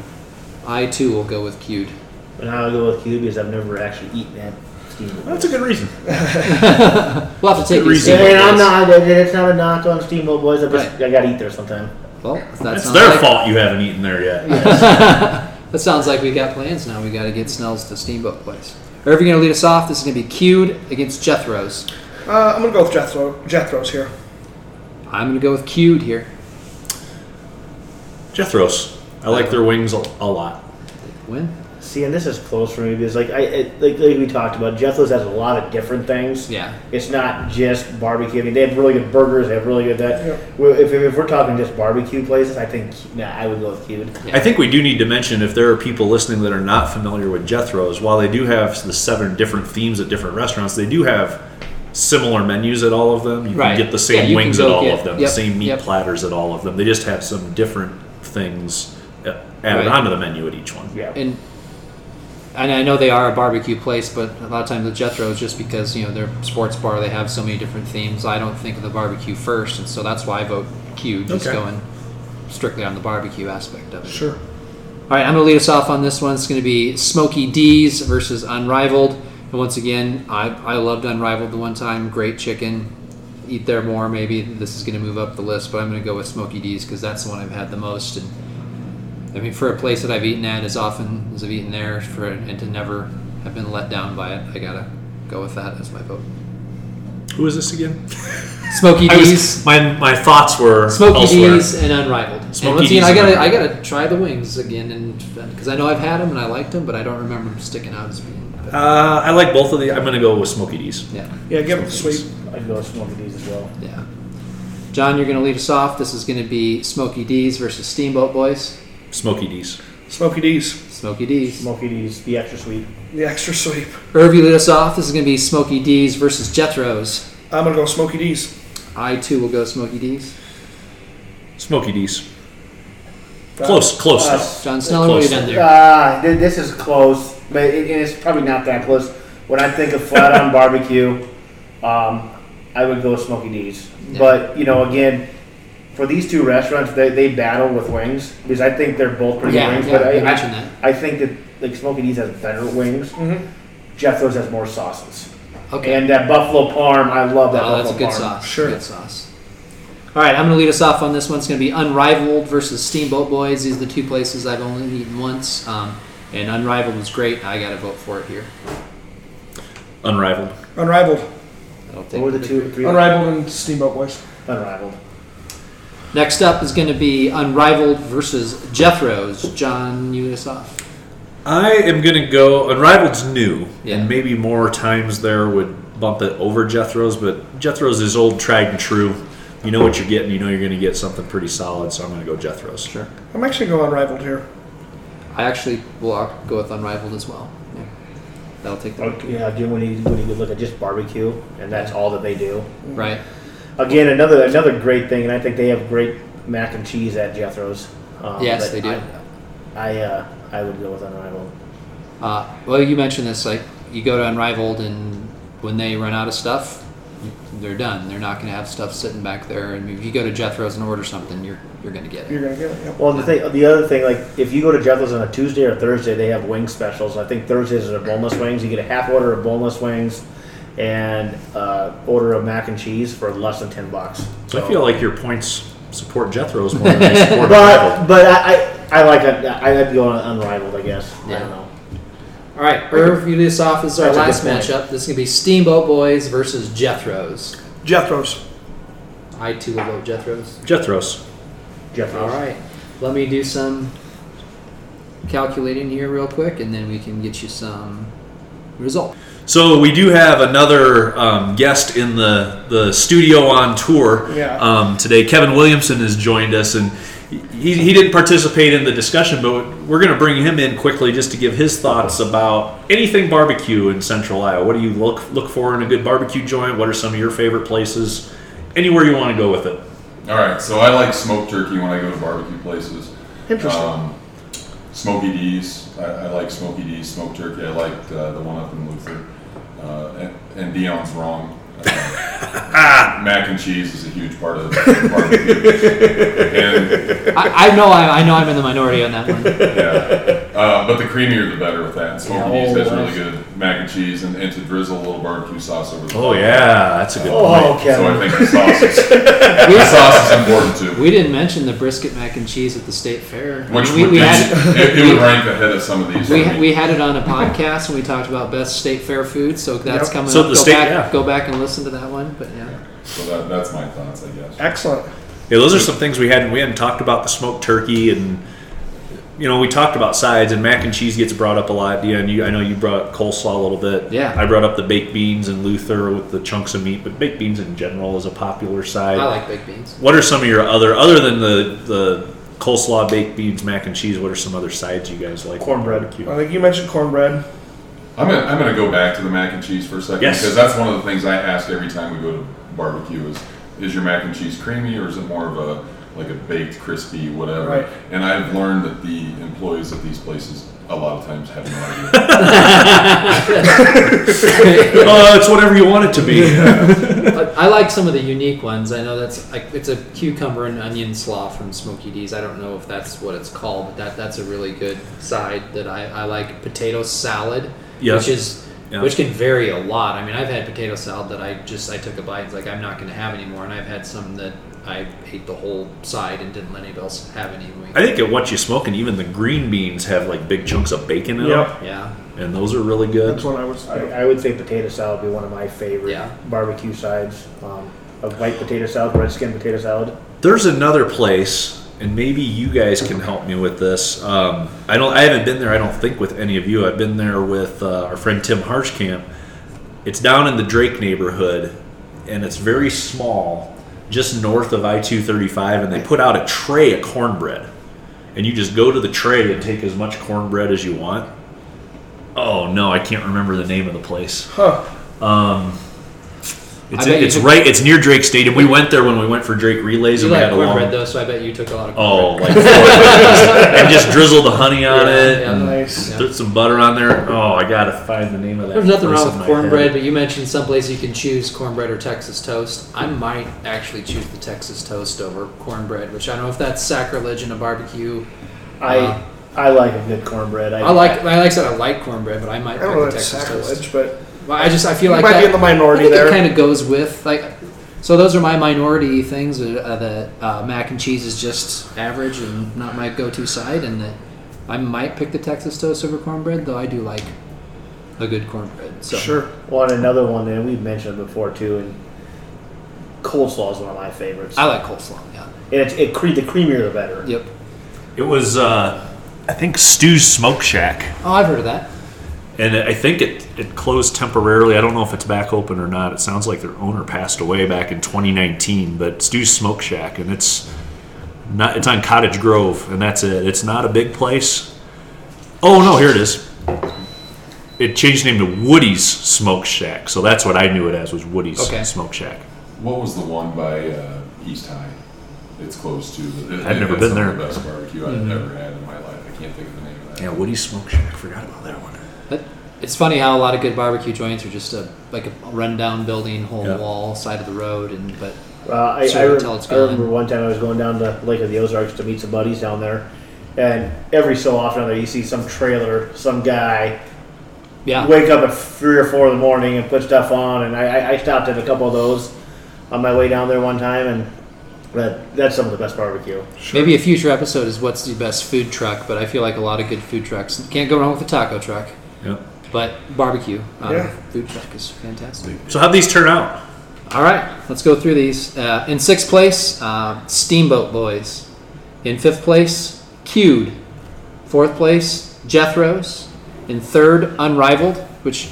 Speaker 1: I too will go with Cued.
Speaker 4: But now I'll go with Cube because I've never actually eaten that steamboat.
Speaker 2: That's a good reason.
Speaker 1: We'll have to take
Speaker 2: Good
Speaker 1: these
Speaker 2: reason.
Speaker 1: Steamboat
Speaker 4: and I'm
Speaker 1: Boys.
Speaker 4: not. it- It's not a knock on Steamboat Boys. I just
Speaker 1: Right.
Speaker 4: I gotta eat there sometime.
Speaker 1: Well, that's
Speaker 2: It's
Speaker 1: not
Speaker 2: their
Speaker 1: like-
Speaker 2: fault you haven't eaten there yet.
Speaker 1: That sounds like we got plans now. We got to get Snell's to Steamboat Place. Irv, you're going to lead us off. This is going to be Cued against Jethro's.
Speaker 3: Uh, I'm gonna go with Jethro. Jethro's here.
Speaker 1: I'm going to go with Cued here.
Speaker 2: Jethro's. I like their wings a, a lot.
Speaker 1: Win.
Speaker 4: See, and this is close for me because, like, I it, like, like we talked about, Jethro's has a lot of different things.
Speaker 1: Yeah.
Speaker 4: It's not just barbecue. I mean, they have really good burgers. They have really good that.
Speaker 3: Yep.
Speaker 4: Well, if, if we're talking just barbecue places, I think nah, I would go with Cubed.
Speaker 1: Yeah.
Speaker 2: I think we do need to mention if there are people listening that are not familiar with Jethro's, while they do have the seven different themes at different restaurants, they do have similar menus at all of them. You
Speaker 1: Right.
Speaker 2: can get the
Speaker 1: Yeah,
Speaker 2: same
Speaker 1: you can
Speaker 2: wings
Speaker 1: go
Speaker 2: at all
Speaker 1: get-
Speaker 2: of them,
Speaker 1: yep,
Speaker 2: the same meat
Speaker 1: yep.
Speaker 2: platters at all of them. They just have some different things uh, added
Speaker 1: Right.
Speaker 2: onto the menu at each one.
Speaker 4: Yeah.
Speaker 1: And and I know they are a barbecue place, but a lot of times the Jethro's just because you know they're a sports bar, they have so many different themes. I don't think of the barbecue first, and so that's why I vote Q, just
Speaker 2: Okay.
Speaker 1: going strictly on the barbecue aspect of it.
Speaker 3: Sure.
Speaker 1: All right, I'm going to lead us off on this one. It's going to be Smoky D's versus Unrivaled. And once again, I, I loved Unrivaled the one time. Great chicken. Eat there more, maybe. This is going to move up the list, but I'm going to go with Smoky D's because that's the one I've had the most. And I mean, for a place that I've eaten at as often as I've eaten there, for and to never have been let down by it, I gotta go with that as my vote.
Speaker 2: Who is this again?
Speaker 1: Smoky
Speaker 2: I was-
Speaker 1: D's,
Speaker 2: my, my thoughts were
Speaker 1: Smoky
Speaker 2: elsewhere.
Speaker 1: D's, and Unrivaled.
Speaker 2: Smoky
Speaker 1: and once again,
Speaker 2: D's
Speaker 1: I gotta
Speaker 2: and
Speaker 1: I gotta try the wings again, and because I know I've had them and I liked them, but I don't remember them sticking out as being.
Speaker 2: Uh, I like both of the. I'm going to go with Smoky D's.
Speaker 1: Yeah,
Speaker 3: Yeah, give him the
Speaker 2: Smoky D's.
Speaker 3: sweep.
Speaker 4: I'd go with Smoky D's as well.
Speaker 1: yeah. John, you're gonna lead us off. This is gonna be Smoky D's versus Steamboat Boys.
Speaker 2: Smoky D's.
Speaker 3: Smoky D's.
Speaker 1: Smoky D's.
Speaker 4: Smoky D's, the extra sweet.
Speaker 3: The extra sweep.
Speaker 1: Irv, you lead us off. This is gonna be Smoky D's versus Jethro's.
Speaker 3: I'm gonna go Smoky D's.
Speaker 1: I too will go Smoky D's.
Speaker 2: Smoky D's. Close, close
Speaker 4: Uh,
Speaker 2: though.
Speaker 1: Oh, John Sneller, what have you
Speaker 2: Close.
Speaker 1: done there?
Speaker 4: Ah, th- this is close, but it, and it's probably not that close. When I think of flat on barbecue, um, I would go with Smoky D's.
Speaker 1: Yeah.
Speaker 4: But you know, again, for these two restaurants, they, they battle with wings because I think they're both pretty good
Speaker 1: Yeah,
Speaker 4: wings.
Speaker 1: yeah,
Speaker 4: but
Speaker 1: you
Speaker 4: I,
Speaker 1: mentioned
Speaker 4: I,
Speaker 1: that.
Speaker 4: I think that like Smoky D's has better wings.
Speaker 3: Mhm.
Speaker 4: Jethro's has more sauces,
Speaker 1: Okay.
Speaker 4: and that buffalo parm, I love that.
Speaker 1: Oh, that's a
Speaker 4: buffalo
Speaker 1: good
Speaker 4: parm.
Speaker 1: sauce.
Speaker 3: Sure.
Speaker 1: Good sauce. All right, I'm going to lead us off on this one. It's going to be Unrivaled versus Steamboat Boys. These are the two places I've only eaten once. Um, and Unrivaled was great. I got to vote for it here.
Speaker 2: Unrivaled.
Speaker 3: Unrivaled.
Speaker 1: That'll take
Speaker 4: What were the
Speaker 1: it.
Speaker 4: two, three?
Speaker 3: Unrivaled and Steamboat Boys.
Speaker 4: Unrivaled.
Speaker 1: Next up is going to be Unrivaled versus Jethro's. John, you lead us off.
Speaker 2: I am gonna go. Unrivaled's new,
Speaker 1: Yeah.
Speaker 2: and maybe more times there would bump it over Jethro's, but Jethro's is old, tried and true. You know what you're getting. You know you're gonna get something pretty solid. So I'm gonna go Jethro's. Sure.
Speaker 3: I'm actually going Unrivaled here.
Speaker 1: I actually will I'll go with Unrivaled as well. Yeah. That'll take the
Speaker 4: Okay, Yeah, do when you when you look at just barbecue, and that's all that they do.
Speaker 1: right.
Speaker 4: Again, another another great thing, and I think they have great mac and cheese at Jethro's. Um,
Speaker 1: Yes,
Speaker 4: but
Speaker 1: they do.
Speaker 4: I I, uh, I would go with Unrivaled.
Speaker 1: Uh, well, you mentioned this. Like, you go to Unrivaled, and when they run out of stuff, they're done. They're not going to have stuff sitting back there. And if you go to Jethro's and order something, you're you're going to get
Speaker 3: You're
Speaker 1: it.
Speaker 3: gonna get it. Yep.
Speaker 4: Well, the thing, the other thing, like if you go to Jethro's on a Tuesday or Thursday, they have wing specials. I think Thursdays are boneless wings. You get a half order of boneless wings and uh, order of mac and cheese for less than ten bucks.
Speaker 2: So I feel like your points support Jethro's more than they support
Speaker 4: But
Speaker 2: Unrivaled.
Speaker 4: but I I, I like it. I- I'd go on Unrivaled, I guess. I
Speaker 1: Yeah.
Speaker 4: don't know.
Speaker 1: All right, Irv, you lead us off. This is our
Speaker 4: That's a
Speaker 1: last
Speaker 4: good point.
Speaker 1: matchup. This is going to be Steamboat Boys versus Jethro's.
Speaker 3: Jethro's.
Speaker 1: I too will vote Jethro's.
Speaker 2: Jethro's.
Speaker 4: Jeffrey.
Speaker 1: All right, let me do some calculating here real quick, and then we can get you some result.
Speaker 2: So we do have another um, guest in the, the studio on tour
Speaker 3: Yeah.
Speaker 2: um, today. Kevin Williamson has joined us, and he, he didn't participate in the discussion, but we're going to bring him in quickly just to give his thoughts about anything barbecue in Central Iowa. What do you look look for in a good barbecue joint? What are some of your favorite places? Anywhere you want to go with it.
Speaker 5: All right, so I like smoked turkey when I go to barbecue places.
Speaker 3: Interesting.
Speaker 5: Um, Smoky D's, I, I like Smoky D's smoked turkey. I liked uh, the one up in Luther, uh, and, and Dion's wrong. Uh,
Speaker 1: Ah!
Speaker 5: mac and cheese is a huge part of barbecue. and
Speaker 1: I, I know I, I know I'm in the minority on that one.
Speaker 5: yeah, uh, but the creamier the better with that. And smoky
Speaker 4: Yeah,
Speaker 5: D's
Speaker 4: oh,
Speaker 5: has really
Speaker 4: nice.
Speaker 5: good mac and cheese, and, and to drizzle a little barbecue sauce over the
Speaker 2: Oh yeah, that's a good
Speaker 4: Oh,
Speaker 2: point.
Speaker 5: So I
Speaker 4: Kevin.
Speaker 5: think the sauce is, the sauce is important too.
Speaker 1: We didn't mention the brisket mac and cheese at the state fair. I mean,
Speaker 5: Which
Speaker 1: we,
Speaker 5: would
Speaker 1: we
Speaker 5: be,
Speaker 1: had
Speaker 5: it, it would rank ahead of some of these.
Speaker 1: we,
Speaker 5: for
Speaker 1: ha-
Speaker 5: me.
Speaker 1: we had it on a podcast and we talked about best state fair food, so that's
Speaker 3: Yep.
Speaker 1: coming
Speaker 2: So
Speaker 1: up.
Speaker 2: the
Speaker 1: go
Speaker 2: state-
Speaker 1: back,
Speaker 2: yeah.
Speaker 1: go back and listen to that one. But yeah,
Speaker 5: so that, that's my thoughts, I guess.
Speaker 3: Excellent.
Speaker 2: Yeah, those are some things we hadn't we hadn't talked about the smoked turkey and you know we talked about sides and mac and cheese gets brought up a lot. Yeah, and you, I know you brought up coleslaw a little bit.
Speaker 1: Yeah.
Speaker 2: I brought up the baked beans and Luther with the chunks of meat, but baked beans in general is a popular side.
Speaker 1: I like baked beans.
Speaker 2: What are some of your other other than the the coleslaw, baked beans, mac and cheese? What are some other sides you guys like?
Speaker 4: Cornbread.
Speaker 2: Barbecue. Uh,
Speaker 3: I think you mentioned cornbread.
Speaker 5: I'm gonna, I'm gonna go back to the mac and cheese for a second
Speaker 2: Yes.
Speaker 5: because that's one of the things I ask every time we go to barbecue is is your mac and cheese creamy or is it more of a like a baked crispy whatever?
Speaker 3: Right.
Speaker 5: And I've learned that the employees at these places a lot of times have no idea.
Speaker 2: Oh, it's whatever you want it to be.
Speaker 1: But I like some of the unique ones. I know that's like it's a cucumber and onion slaw from Smoky D's. I don't know if that's what it's called, but that that's a really good side that I, I like. Potato salad,
Speaker 2: Yeah.
Speaker 1: which is
Speaker 2: Yeah.
Speaker 1: which can vary a lot. I mean, I've had potato salad that I just I took a bite and it's like I'm not going to have anymore, and I've had some that I ate the whole side and didn't let anybody else have any.
Speaker 2: I think at what you smoking, even the green beans have like big chunks of bacon in
Speaker 3: Yep.
Speaker 1: Yeah,
Speaker 2: them, and those are really good.
Speaker 3: That's what I was.
Speaker 4: I, I would say potato salad would be one of my favorite
Speaker 1: Yeah.
Speaker 4: barbecue sides. Um, a white potato salad, red skin potato salad.
Speaker 2: There's another place, and maybe you guys can help me with this. Um, I don't. I haven't been there. I don't think with any of you. I've been there with uh, our friend Tim Harshcamp. It's down in the Drake neighborhood, and it's very small, just north of I two thirty five. And they put out a tray of cornbread, and you just go to the tray and take as much cornbread as you want. Oh no, I can't remember the name of the place.
Speaker 3: Huh.
Speaker 2: It's,
Speaker 1: I bet you
Speaker 2: it's
Speaker 1: took-
Speaker 2: right. It's near Drake Stadium. We went there when we went for Drake relays,
Speaker 1: you
Speaker 2: and we
Speaker 1: like
Speaker 2: had a long.
Speaker 1: cornbread though, so I bet you took a lot of
Speaker 2: Oh,
Speaker 1: cornbread.
Speaker 2: like and just drizzle the honey on
Speaker 1: Yeah,
Speaker 2: it.
Speaker 1: yeah.
Speaker 2: and
Speaker 3: Nice.
Speaker 1: Yeah.
Speaker 2: Put some butter on there. Oh, I gotta find the name of that.
Speaker 1: There's nothing
Speaker 2: place
Speaker 1: wrong
Speaker 2: in my
Speaker 1: with cornbread,
Speaker 2: head.
Speaker 1: but you mentioned someplace you can choose cornbread or Texas toast. I might actually choose the Texas toast over cornbread, which I don't know if that's sacrilege in a barbecue.
Speaker 4: I
Speaker 1: Wow.
Speaker 4: I like a good cornbread. I,
Speaker 1: Uh-huh. I like, I like I said, I like cornbread, but I might
Speaker 3: I
Speaker 1: pick
Speaker 3: don't know
Speaker 1: the
Speaker 3: if it's
Speaker 1: Texas toast.
Speaker 3: sacrilege, but
Speaker 1: Well, I just I feel
Speaker 3: You
Speaker 1: like
Speaker 3: might be
Speaker 1: that,
Speaker 3: in the minority
Speaker 1: I think
Speaker 3: there.
Speaker 1: It kind of goes with like, so those are my minority things. Uh, uh, that uh, mac and cheese is just average and not my go-to side, and that I might pick the Texas toast over cornbread, though I do like a good cornbread. So
Speaker 3: sure.
Speaker 4: Well, and another one, and we've mentioned it before too, and coleslaw is one of my favorites.
Speaker 1: I like coleslaw. Yeah.
Speaker 4: and it's, it cre- the creamier the better.
Speaker 1: Yep.
Speaker 2: It was, uh, I think, Stu's Smoke Shack,
Speaker 1: Oh, I've heard of that.
Speaker 2: and I think it it closed temporarily. I don't know if it's back open or not. It sounds like their owner passed away back in 2019, but Stu's Smoke Shack, and it's not. It's on Cottage Grove, and that's it. It's not a big place. Oh no, here it is. It changed name to Woody's Smoke Shack, so that's what I knew it as was Woody's
Speaker 1: Okay.
Speaker 2: Smoke Shack.
Speaker 5: What was the one by uh, East High? It's close to. but it-
Speaker 2: I've
Speaker 5: it-
Speaker 2: never
Speaker 5: it's
Speaker 2: been
Speaker 5: some of
Speaker 2: there. Mm-hmm.
Speaker 5: The best barbecue I've ever had in my life. I can't think of the name of that.
Speaker 2: Yeah, Woody's Smoke Shack. Forgot about that one.
Speaker 1: But it's funny how a lot of good barbecue joints are just a like a rundown building, hole in
Speaker 2: Yeah.
Speaker 1: the wall, side of the road, and but
Speaker 4: Uh, I,
Speaker 1: So
Speaker 4: I,
Speaker 1: you
Speaker 4: rem-
Speaker 1: tell it's
Speaker 4: I remember
Speaker 1: gone.
Speaker 4: one time I was going down to Lake of the Ozarks to meet some buddies down there, and every so often there you see some trailer, some guy
Speaker 1: yeah,
Speaker 4: wake up at three or four in the morning and put stuff on, and I, I- I stopped at a couple of those on my way down there one time, and that, that's some of the best barbecue.
Speaker 1: maybe a future episode is what's the best food truck. But I feel like a lot of good food trucks can't go wrong with a taco truck,
Speaker 2: Yep.
Speaker 1: but barbecue on
Speaker 3: Yeah.
Speaker 1: a food truck is fantastic.
Speaker 2: So how'd these turn out?
Speaker 1: All right, let's go through these. Uh, in sixth place, uh, Steamboat Boys. In fifth place, Cued. Fourth place, Jethro's. In third, Unrivaled, which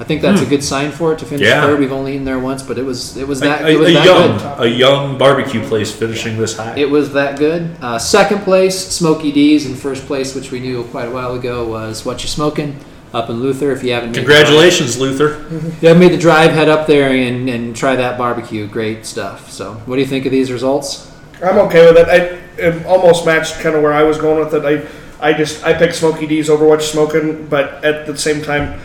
Speaker 1: I think that's a good sign for it to finish
Speaker 2: Hmm. Yeah.
Speaker 1: third. We've only eaten there once, but it was it was that
Speaker 2: a,
Speaker 1: it was
Speaker 2: a
Speaker 1: that
Speaker 2: young,
Speaker 1: good.
Speaker 2: a young barbecue place finishing this high.
Speaker 1: It was that good. Uh, second place, Smoky D's. In first place, which we knew quite a while ago, was What You Smoking up in Luther. If you haven't, made the
Speaker 2: Congratulations, Luther.
Speaker 1: drive- yeah, made the drive, head up there and and try that barbecue. Great stuff. So, what do you think of these results?
Speaker 3: I'm okay with it. I it almost matched kind of where I was going with it. I I just I picked Smoky D's over Overwatch Smoking, but at the same time,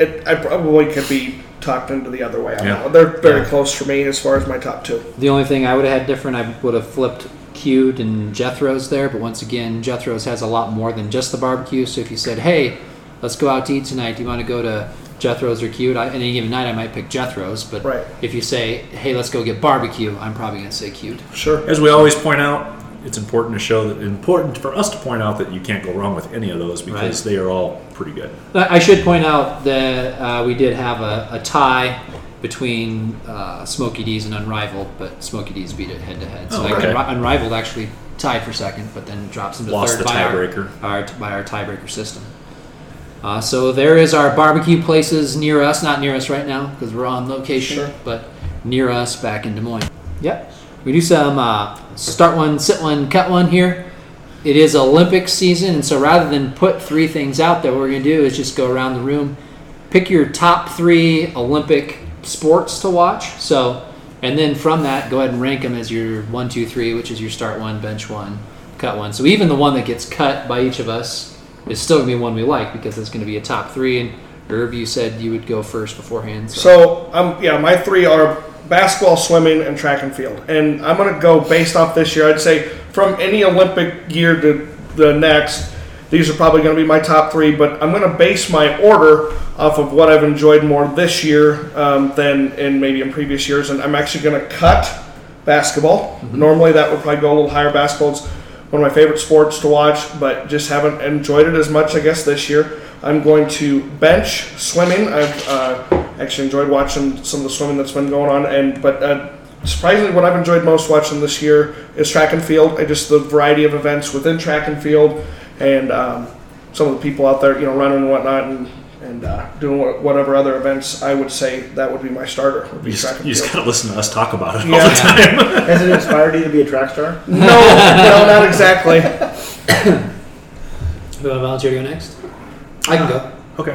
Speaker 3: it I probably could be talked into the other way. I
Speaker 2: Yeah.
Speaker 3: don't know. They're very
Speaker 2: Yeah.
Speaker 3: close for me as far as my top two.
Speaker 1: The only thing I would have had different, I would have flipped Cute and Jethro's there, but once again, Jethro's has a lot more than just the barbecue. So if you said, "Hey, let's go out to eat tonight. Do you want to go to Jethro's or Cute?" I, any given night, I might pick Jethro's, but
Speaker 3: Right.
Speaker 1: if you say, "Hey, let's go get barbecue," I'm probably going to say Cute.
Speaker 3: Sure.
Speaker 2: As we always point out, it's important to show that important for us to point out that you can't go wrong with any of those because
Speaker 1: Right.
Speaker 2: they are all pretty good.
Speaker 1: I I should point out that uh, we did have a, a tie between uh, Smoky D's and Unrivaled, but Smoky D's beat it head to head. So
Speaker 2: Oh,
Speaker 1: like,
Speaker 2: okay.
Speaker 1: Unri- Unrivaled actually tied for second, but then drops into
Speaker 2: Lost
Speaker 1: third
Speaker 2: the
Speaker 1: by our-
Speaker 2: tiebreaker.
Speaker 1: Our, by our tiebreaker system. Uh, so there is our barbecue places near us, not near us right now because we're on location,
Speaker 3: Sure.
Speaker 1: but near us back in Des Moines. Yep. We do some uh, start one, sit one, cut one here. It is Olympic season, and so rather than put three things out there, what we're going to do is just go around the room, pick your top three Olympic sports to watch. So, and then from that, go ahead and rank them as your one, two, three, which is your start one, bench one, cut one. So even the one that gets cut by each of us is still going to be one we like because it's going to be a top three. And Irv, you said you would go first beforehand. So,
Speaker 3: So um, yeah, my three are basketball, swimming, and track and field. And I'm gonna go based off this year. I'd say from any Olympic year to the next, these are probably gonna be my top three. But I'm gonna base my order off of what I've enjoyed more this year um, than in maybe in previous years. And I'm actually gonna cut basketball. Normally that would probably go a little higher. Basketball's one of my favorite sports to watch, but just haven't enjoyed it as much, I guess, this year. I'm going to bench swimming. I've uh, actually enjoyed watching some of the swimming that's been going on, and but uh, surprisingly, what I've enjoyed most watching this year is track and field. I just the variety of events within track and field, and um, some of the people out there, you know, running and whatnot, and and uh, doing what, whatever other events. I would say that would be my starter. Would be
Speaker 2: You
Speaker 3: track
Speaker 2: just,
Speaker 3: and
Speaker 2: you
Speaker 3: field.
Speaker 2: just gotta listen to us talk about it all
Speaker 3: Yeah.
Speaker 2: the time.
Speaker 4: Has it inspired you to be a track star?
Speaker 3: no, no, not exactly.
Speaker 1: who want to volunteer to go next? I can go.
Speaker 2: okay.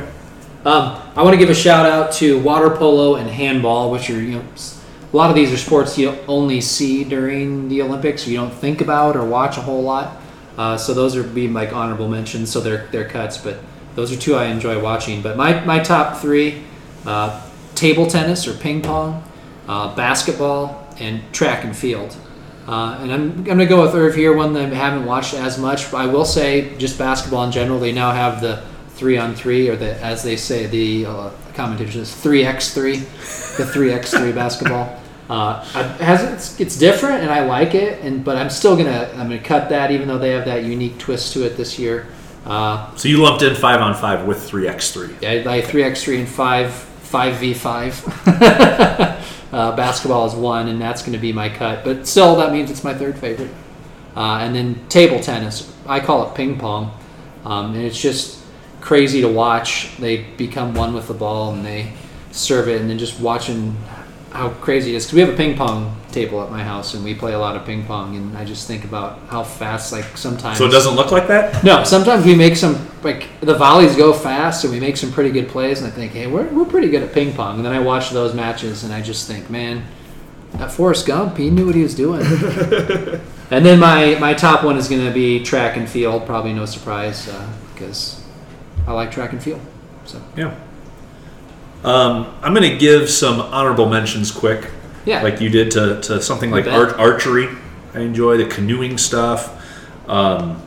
Speaker 1: Um, I want to give a shout out to water polo and handball, which are you know s- a lot of these are sports you only see during the Olympics. You don't think about or watch a whole lot. Uh, so those are being like honorable mentions. So they're they're cuts, but those are two I enjoy watching. But my my top three: uh, table tennis or ping pong, uh, basketball, and track and field. Uh, and I'm, I'm going to go with Irv here, one that I haven't watched as much. But I will say, just basketball in general, they now have the three on three, or the as they say, the uh, commentators is three x three, the three x three basketball. Uh, I, it has it's, it's different, and I like it. And but I'm still gonna I'm gonna cut that, even though they have that unique twist to it this year. Uh,
Speaker 2: So you lumped in five on five with three x three.
Speaker 1: yeah, I like three x three and five five v five. Uh, basketball is one, and that's going to be my cut. But still, that means it's my third favorite. Uh, and then table tennis, I call it ping pong, um, and it's just crazy to watch. They become one with the ball, and they serve it, and then just watching how crazy it is. 'Cause we have a ping pong table at my house, and we play a lot of ping pong, and I just think about how fast, like sometimes.
Speaker 2: So it doesn't look like that?
Speaker 1: No, sometimes we make some like the volleys go fast and we make some pretty good plays, and I think, hey, we're we're pretty good at ping pong. And then I watch those matches and I just think, man, that Forrest Gump, he knew what he was doing. and then my my top one is going to be track and field. Probably no surprise uh, because I like track and field. So
Speaker 2: Yeah. Um, I'm gonna give some honorable mentions quick.
Speaker 1: yeah,
Speaker 2: like you did to, to something
Speaker 1: I
Speaker 2: like
Speaker 1: bet.
Speaker 2: ar- archery. I enjoy the canoeing stuff. Um,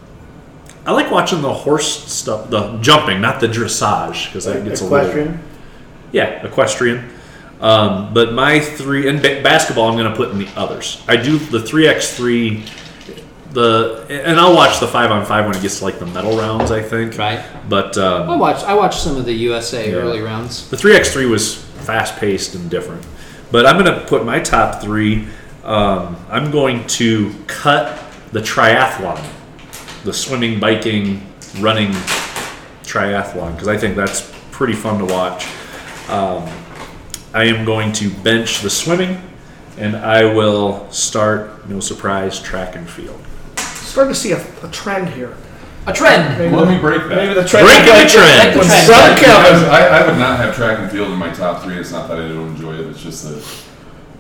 Speaker 2: I like watching the horse stuff, the jumping, not the dressage, because that gets a little
Speaker 4: Equestrian.
Speaker 2: yeah equestrian. Um, but my three and ba- basketball, I'm going to put in the others. I do the three x three, the and I'll watch the five on five when it gets to like the medal rounds. I think
Speaker 1: right.
Speaker 2: but
Speaker 1: I
Speaker 2: um,
Speaker 1: watched I watched some of the USA
Speaker 2: Yeah.
Speaker 1: early rounds.
Speaker 2: the three x three was fast paced and different. But I'm going to put my top three. Um, I'm going to cut the triathlon, the swimming, biking, running triathlon because I think that's pretty fun to watch. Um, I am going to bench the swimming, and I will start. No surprise, track and field.
Speaker 3: starting to see a, a trend here.
Speaker 1: A trend.
Speaker 5: Well, let me break that.
Speaker 3: Maybe the trend.
Speaker 2: Breaking the trend.
Speaker 3: When
Speaker 1: Trend.
Speaker 3: Sun
Speaker 5: Because
Speaker 3: Kevin,
Speaker 5: I, I would not have track and field in my top three. It's not that I don't enjoy it. It's just that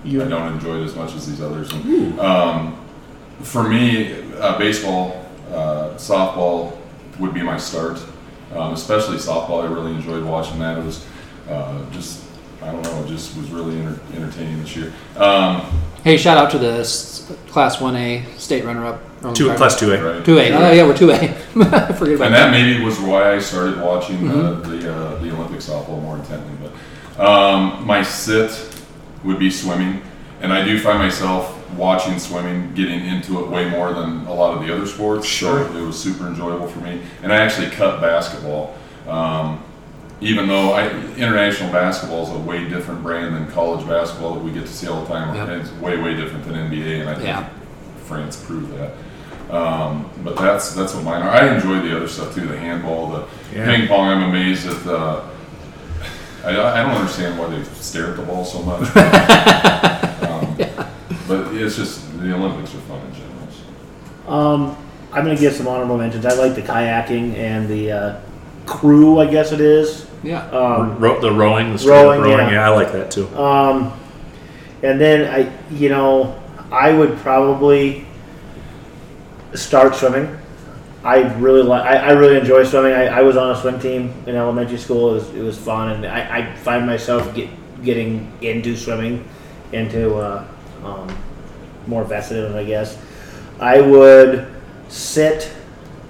Speaker 3: You-
Speaker 5: I don't enjoy it as much as these others. And, um, for me, uh, baseball, uh, softball would be my start. Um, especially softball, I really enjoyed watching that. It was uh, just I don't know. It just was really enter- entertaining this year. Um,
Speaker 1: Hey, shout out to the s- Class 1A state runner up.
Speaker 2: Two class two eh? A.
Speaker 5: right?
Speaker 1: 2A. Oh, yeah, we're 2A. I forget about Mm-hmm.
Speaker 5: And that maybe was why I started watching uh, the uh, the Olympic softball more intently. But um, my sit would be swimming, and I do find myself watching swimming, getting into it way more than a lot of the other sports. Sure, so it was super enjoyable for me, and I actually cut basketball. Um, even though I, international basketball is a way different brand than college basketball that we get to see all the time,
Speaker 1: Yep.
Speaker 5: and it's way way different than NBA, and I think
Speaker 1: Yeah.
Speaker 5: France proved that. Um, but that's that's what mine are. I enjoy the other stuff too, the handball, the
Speaker 2: Yeah.
Speaker 5: ping pong. I'm amazed at the. I, I don't understand why they stare at the ball so much. um, But it's just the Olympics are fun in general. so.
Speaker 4: Um, I'm gonna give some honorable mentions. I like the kayaking and the uh, crew, I guess it is.
Speaker 1: Yeah.
Speaker 4: Um,
Speaker 2: Ro- the rowing, the straight up
Speaker 4: Rowing,
Speaker 2: rowing.
Speaker 4: yeah.
Speaker 2: Yeah, I like that too.
Speaker 4: Um, and then I, you know, I would probably start swimming. I really like. I, I really enjoy swimming. I, I was on a swim team in elementary school. It was, it was fun, and I, I find myself get, getting into swimming, into uh, um, more vested in it, I guess. I would sit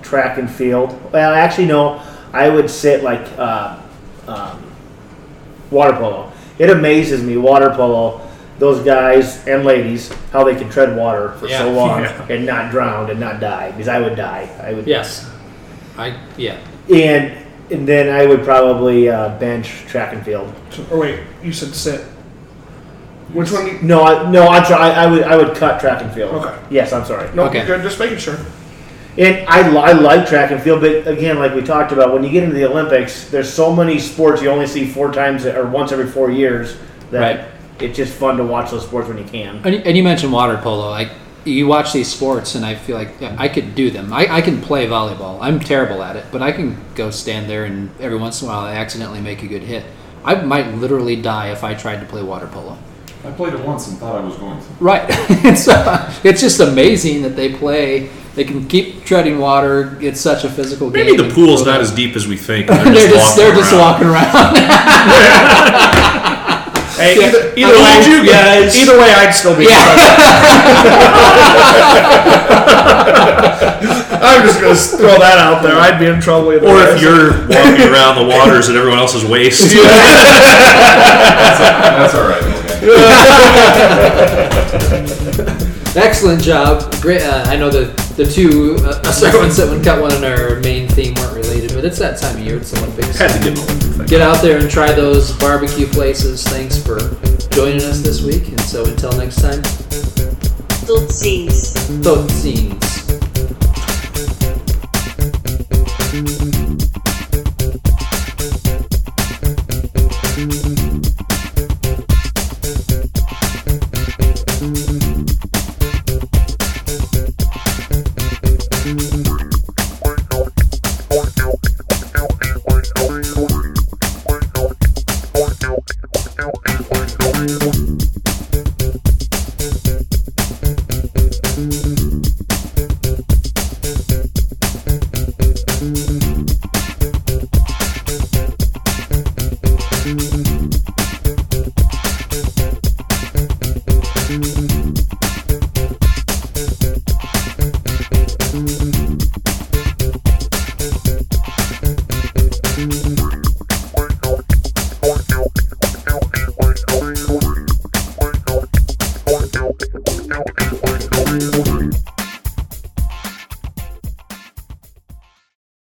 Speaker 4: track and field. Well, actually, no. I would sit like uh, um, water polo. It amazes me, water polo, those guys and ladies, how they can tread water for
Speaker 1: Yeah.
Speaker 4: so long
Speaker 2: Yeah.
Speaker 4: and not drown and not die. Because I would die. I would.
Speaker 1: Yes. I, yeah.
Speaker 4: And and then I would probably uh, bench track and field.
Speaker 3: So- Or wait, you said sit. Which one? You,
Speaker 4: No, I, no, I'm sorry. I, I would I would cut track and field.
Speaker 3: Okay.
Speaker 4: Yes, I'm sorry.
Speaker 3: no,
Speaker 1: Okay.
Speaker 3: you're just making sure.
Speaker 4: And I, li- I like track and field, but again, like we talked about, when you get into the Olympics, there's so many sports you only see four times or once every four years that
Speaker 1: Right.
Speaker 4: it's just fun to watch those sports when you can.
Speaker 1: And, and you mentioned water polo. Like you watch these sports, and I feel like yeah, I could do them. I, I can play volleyball. I'm terrible at it, but I can go stand there and every once in a while I accidentally make a good hit. I might literally die if I tried to play water polo.
Speaker 5: I played it once and thought I was going to.
Speaker 1: Right. it's uh, it's just amazing that they play. They can keep treading water. It's such a physical
Speaker 2: Maybe
Speaker 1: game.
Speaker 2: the pool's not as deep as we think.
Speaker 1: they're just they're just walking around.
Speaker 3: Hey,
Speaker 1: Yeah.
Speaker 3: either,
Speaker 2: Either way, you guys.
Speaker 3: either way, I'd still be.
Speaker 1: yeah.
Speaker 3: I'm just gonna throw that out there. I'd be in trouble. Either
Speaker 2: or
Speaker 3: way.
Speaker 2: if you're walking around the waters at everyone else's waist.
Speaker 5: That's all right. Okay.
Speaker 1: Excellent job. Great. Uh, I know the the two uh, us ones that one cut one in our main theme weren't related, but it's that time of year. It's the Olympics.
Speaker 2: Had to give them a little thing.
Speaker 1: get out there and try those barbecue places. Thanks for joining us this week. And so until next time,
Speaker 6: Tutsis.
Speaker 1: totsins.
Speaker 7: Thank you.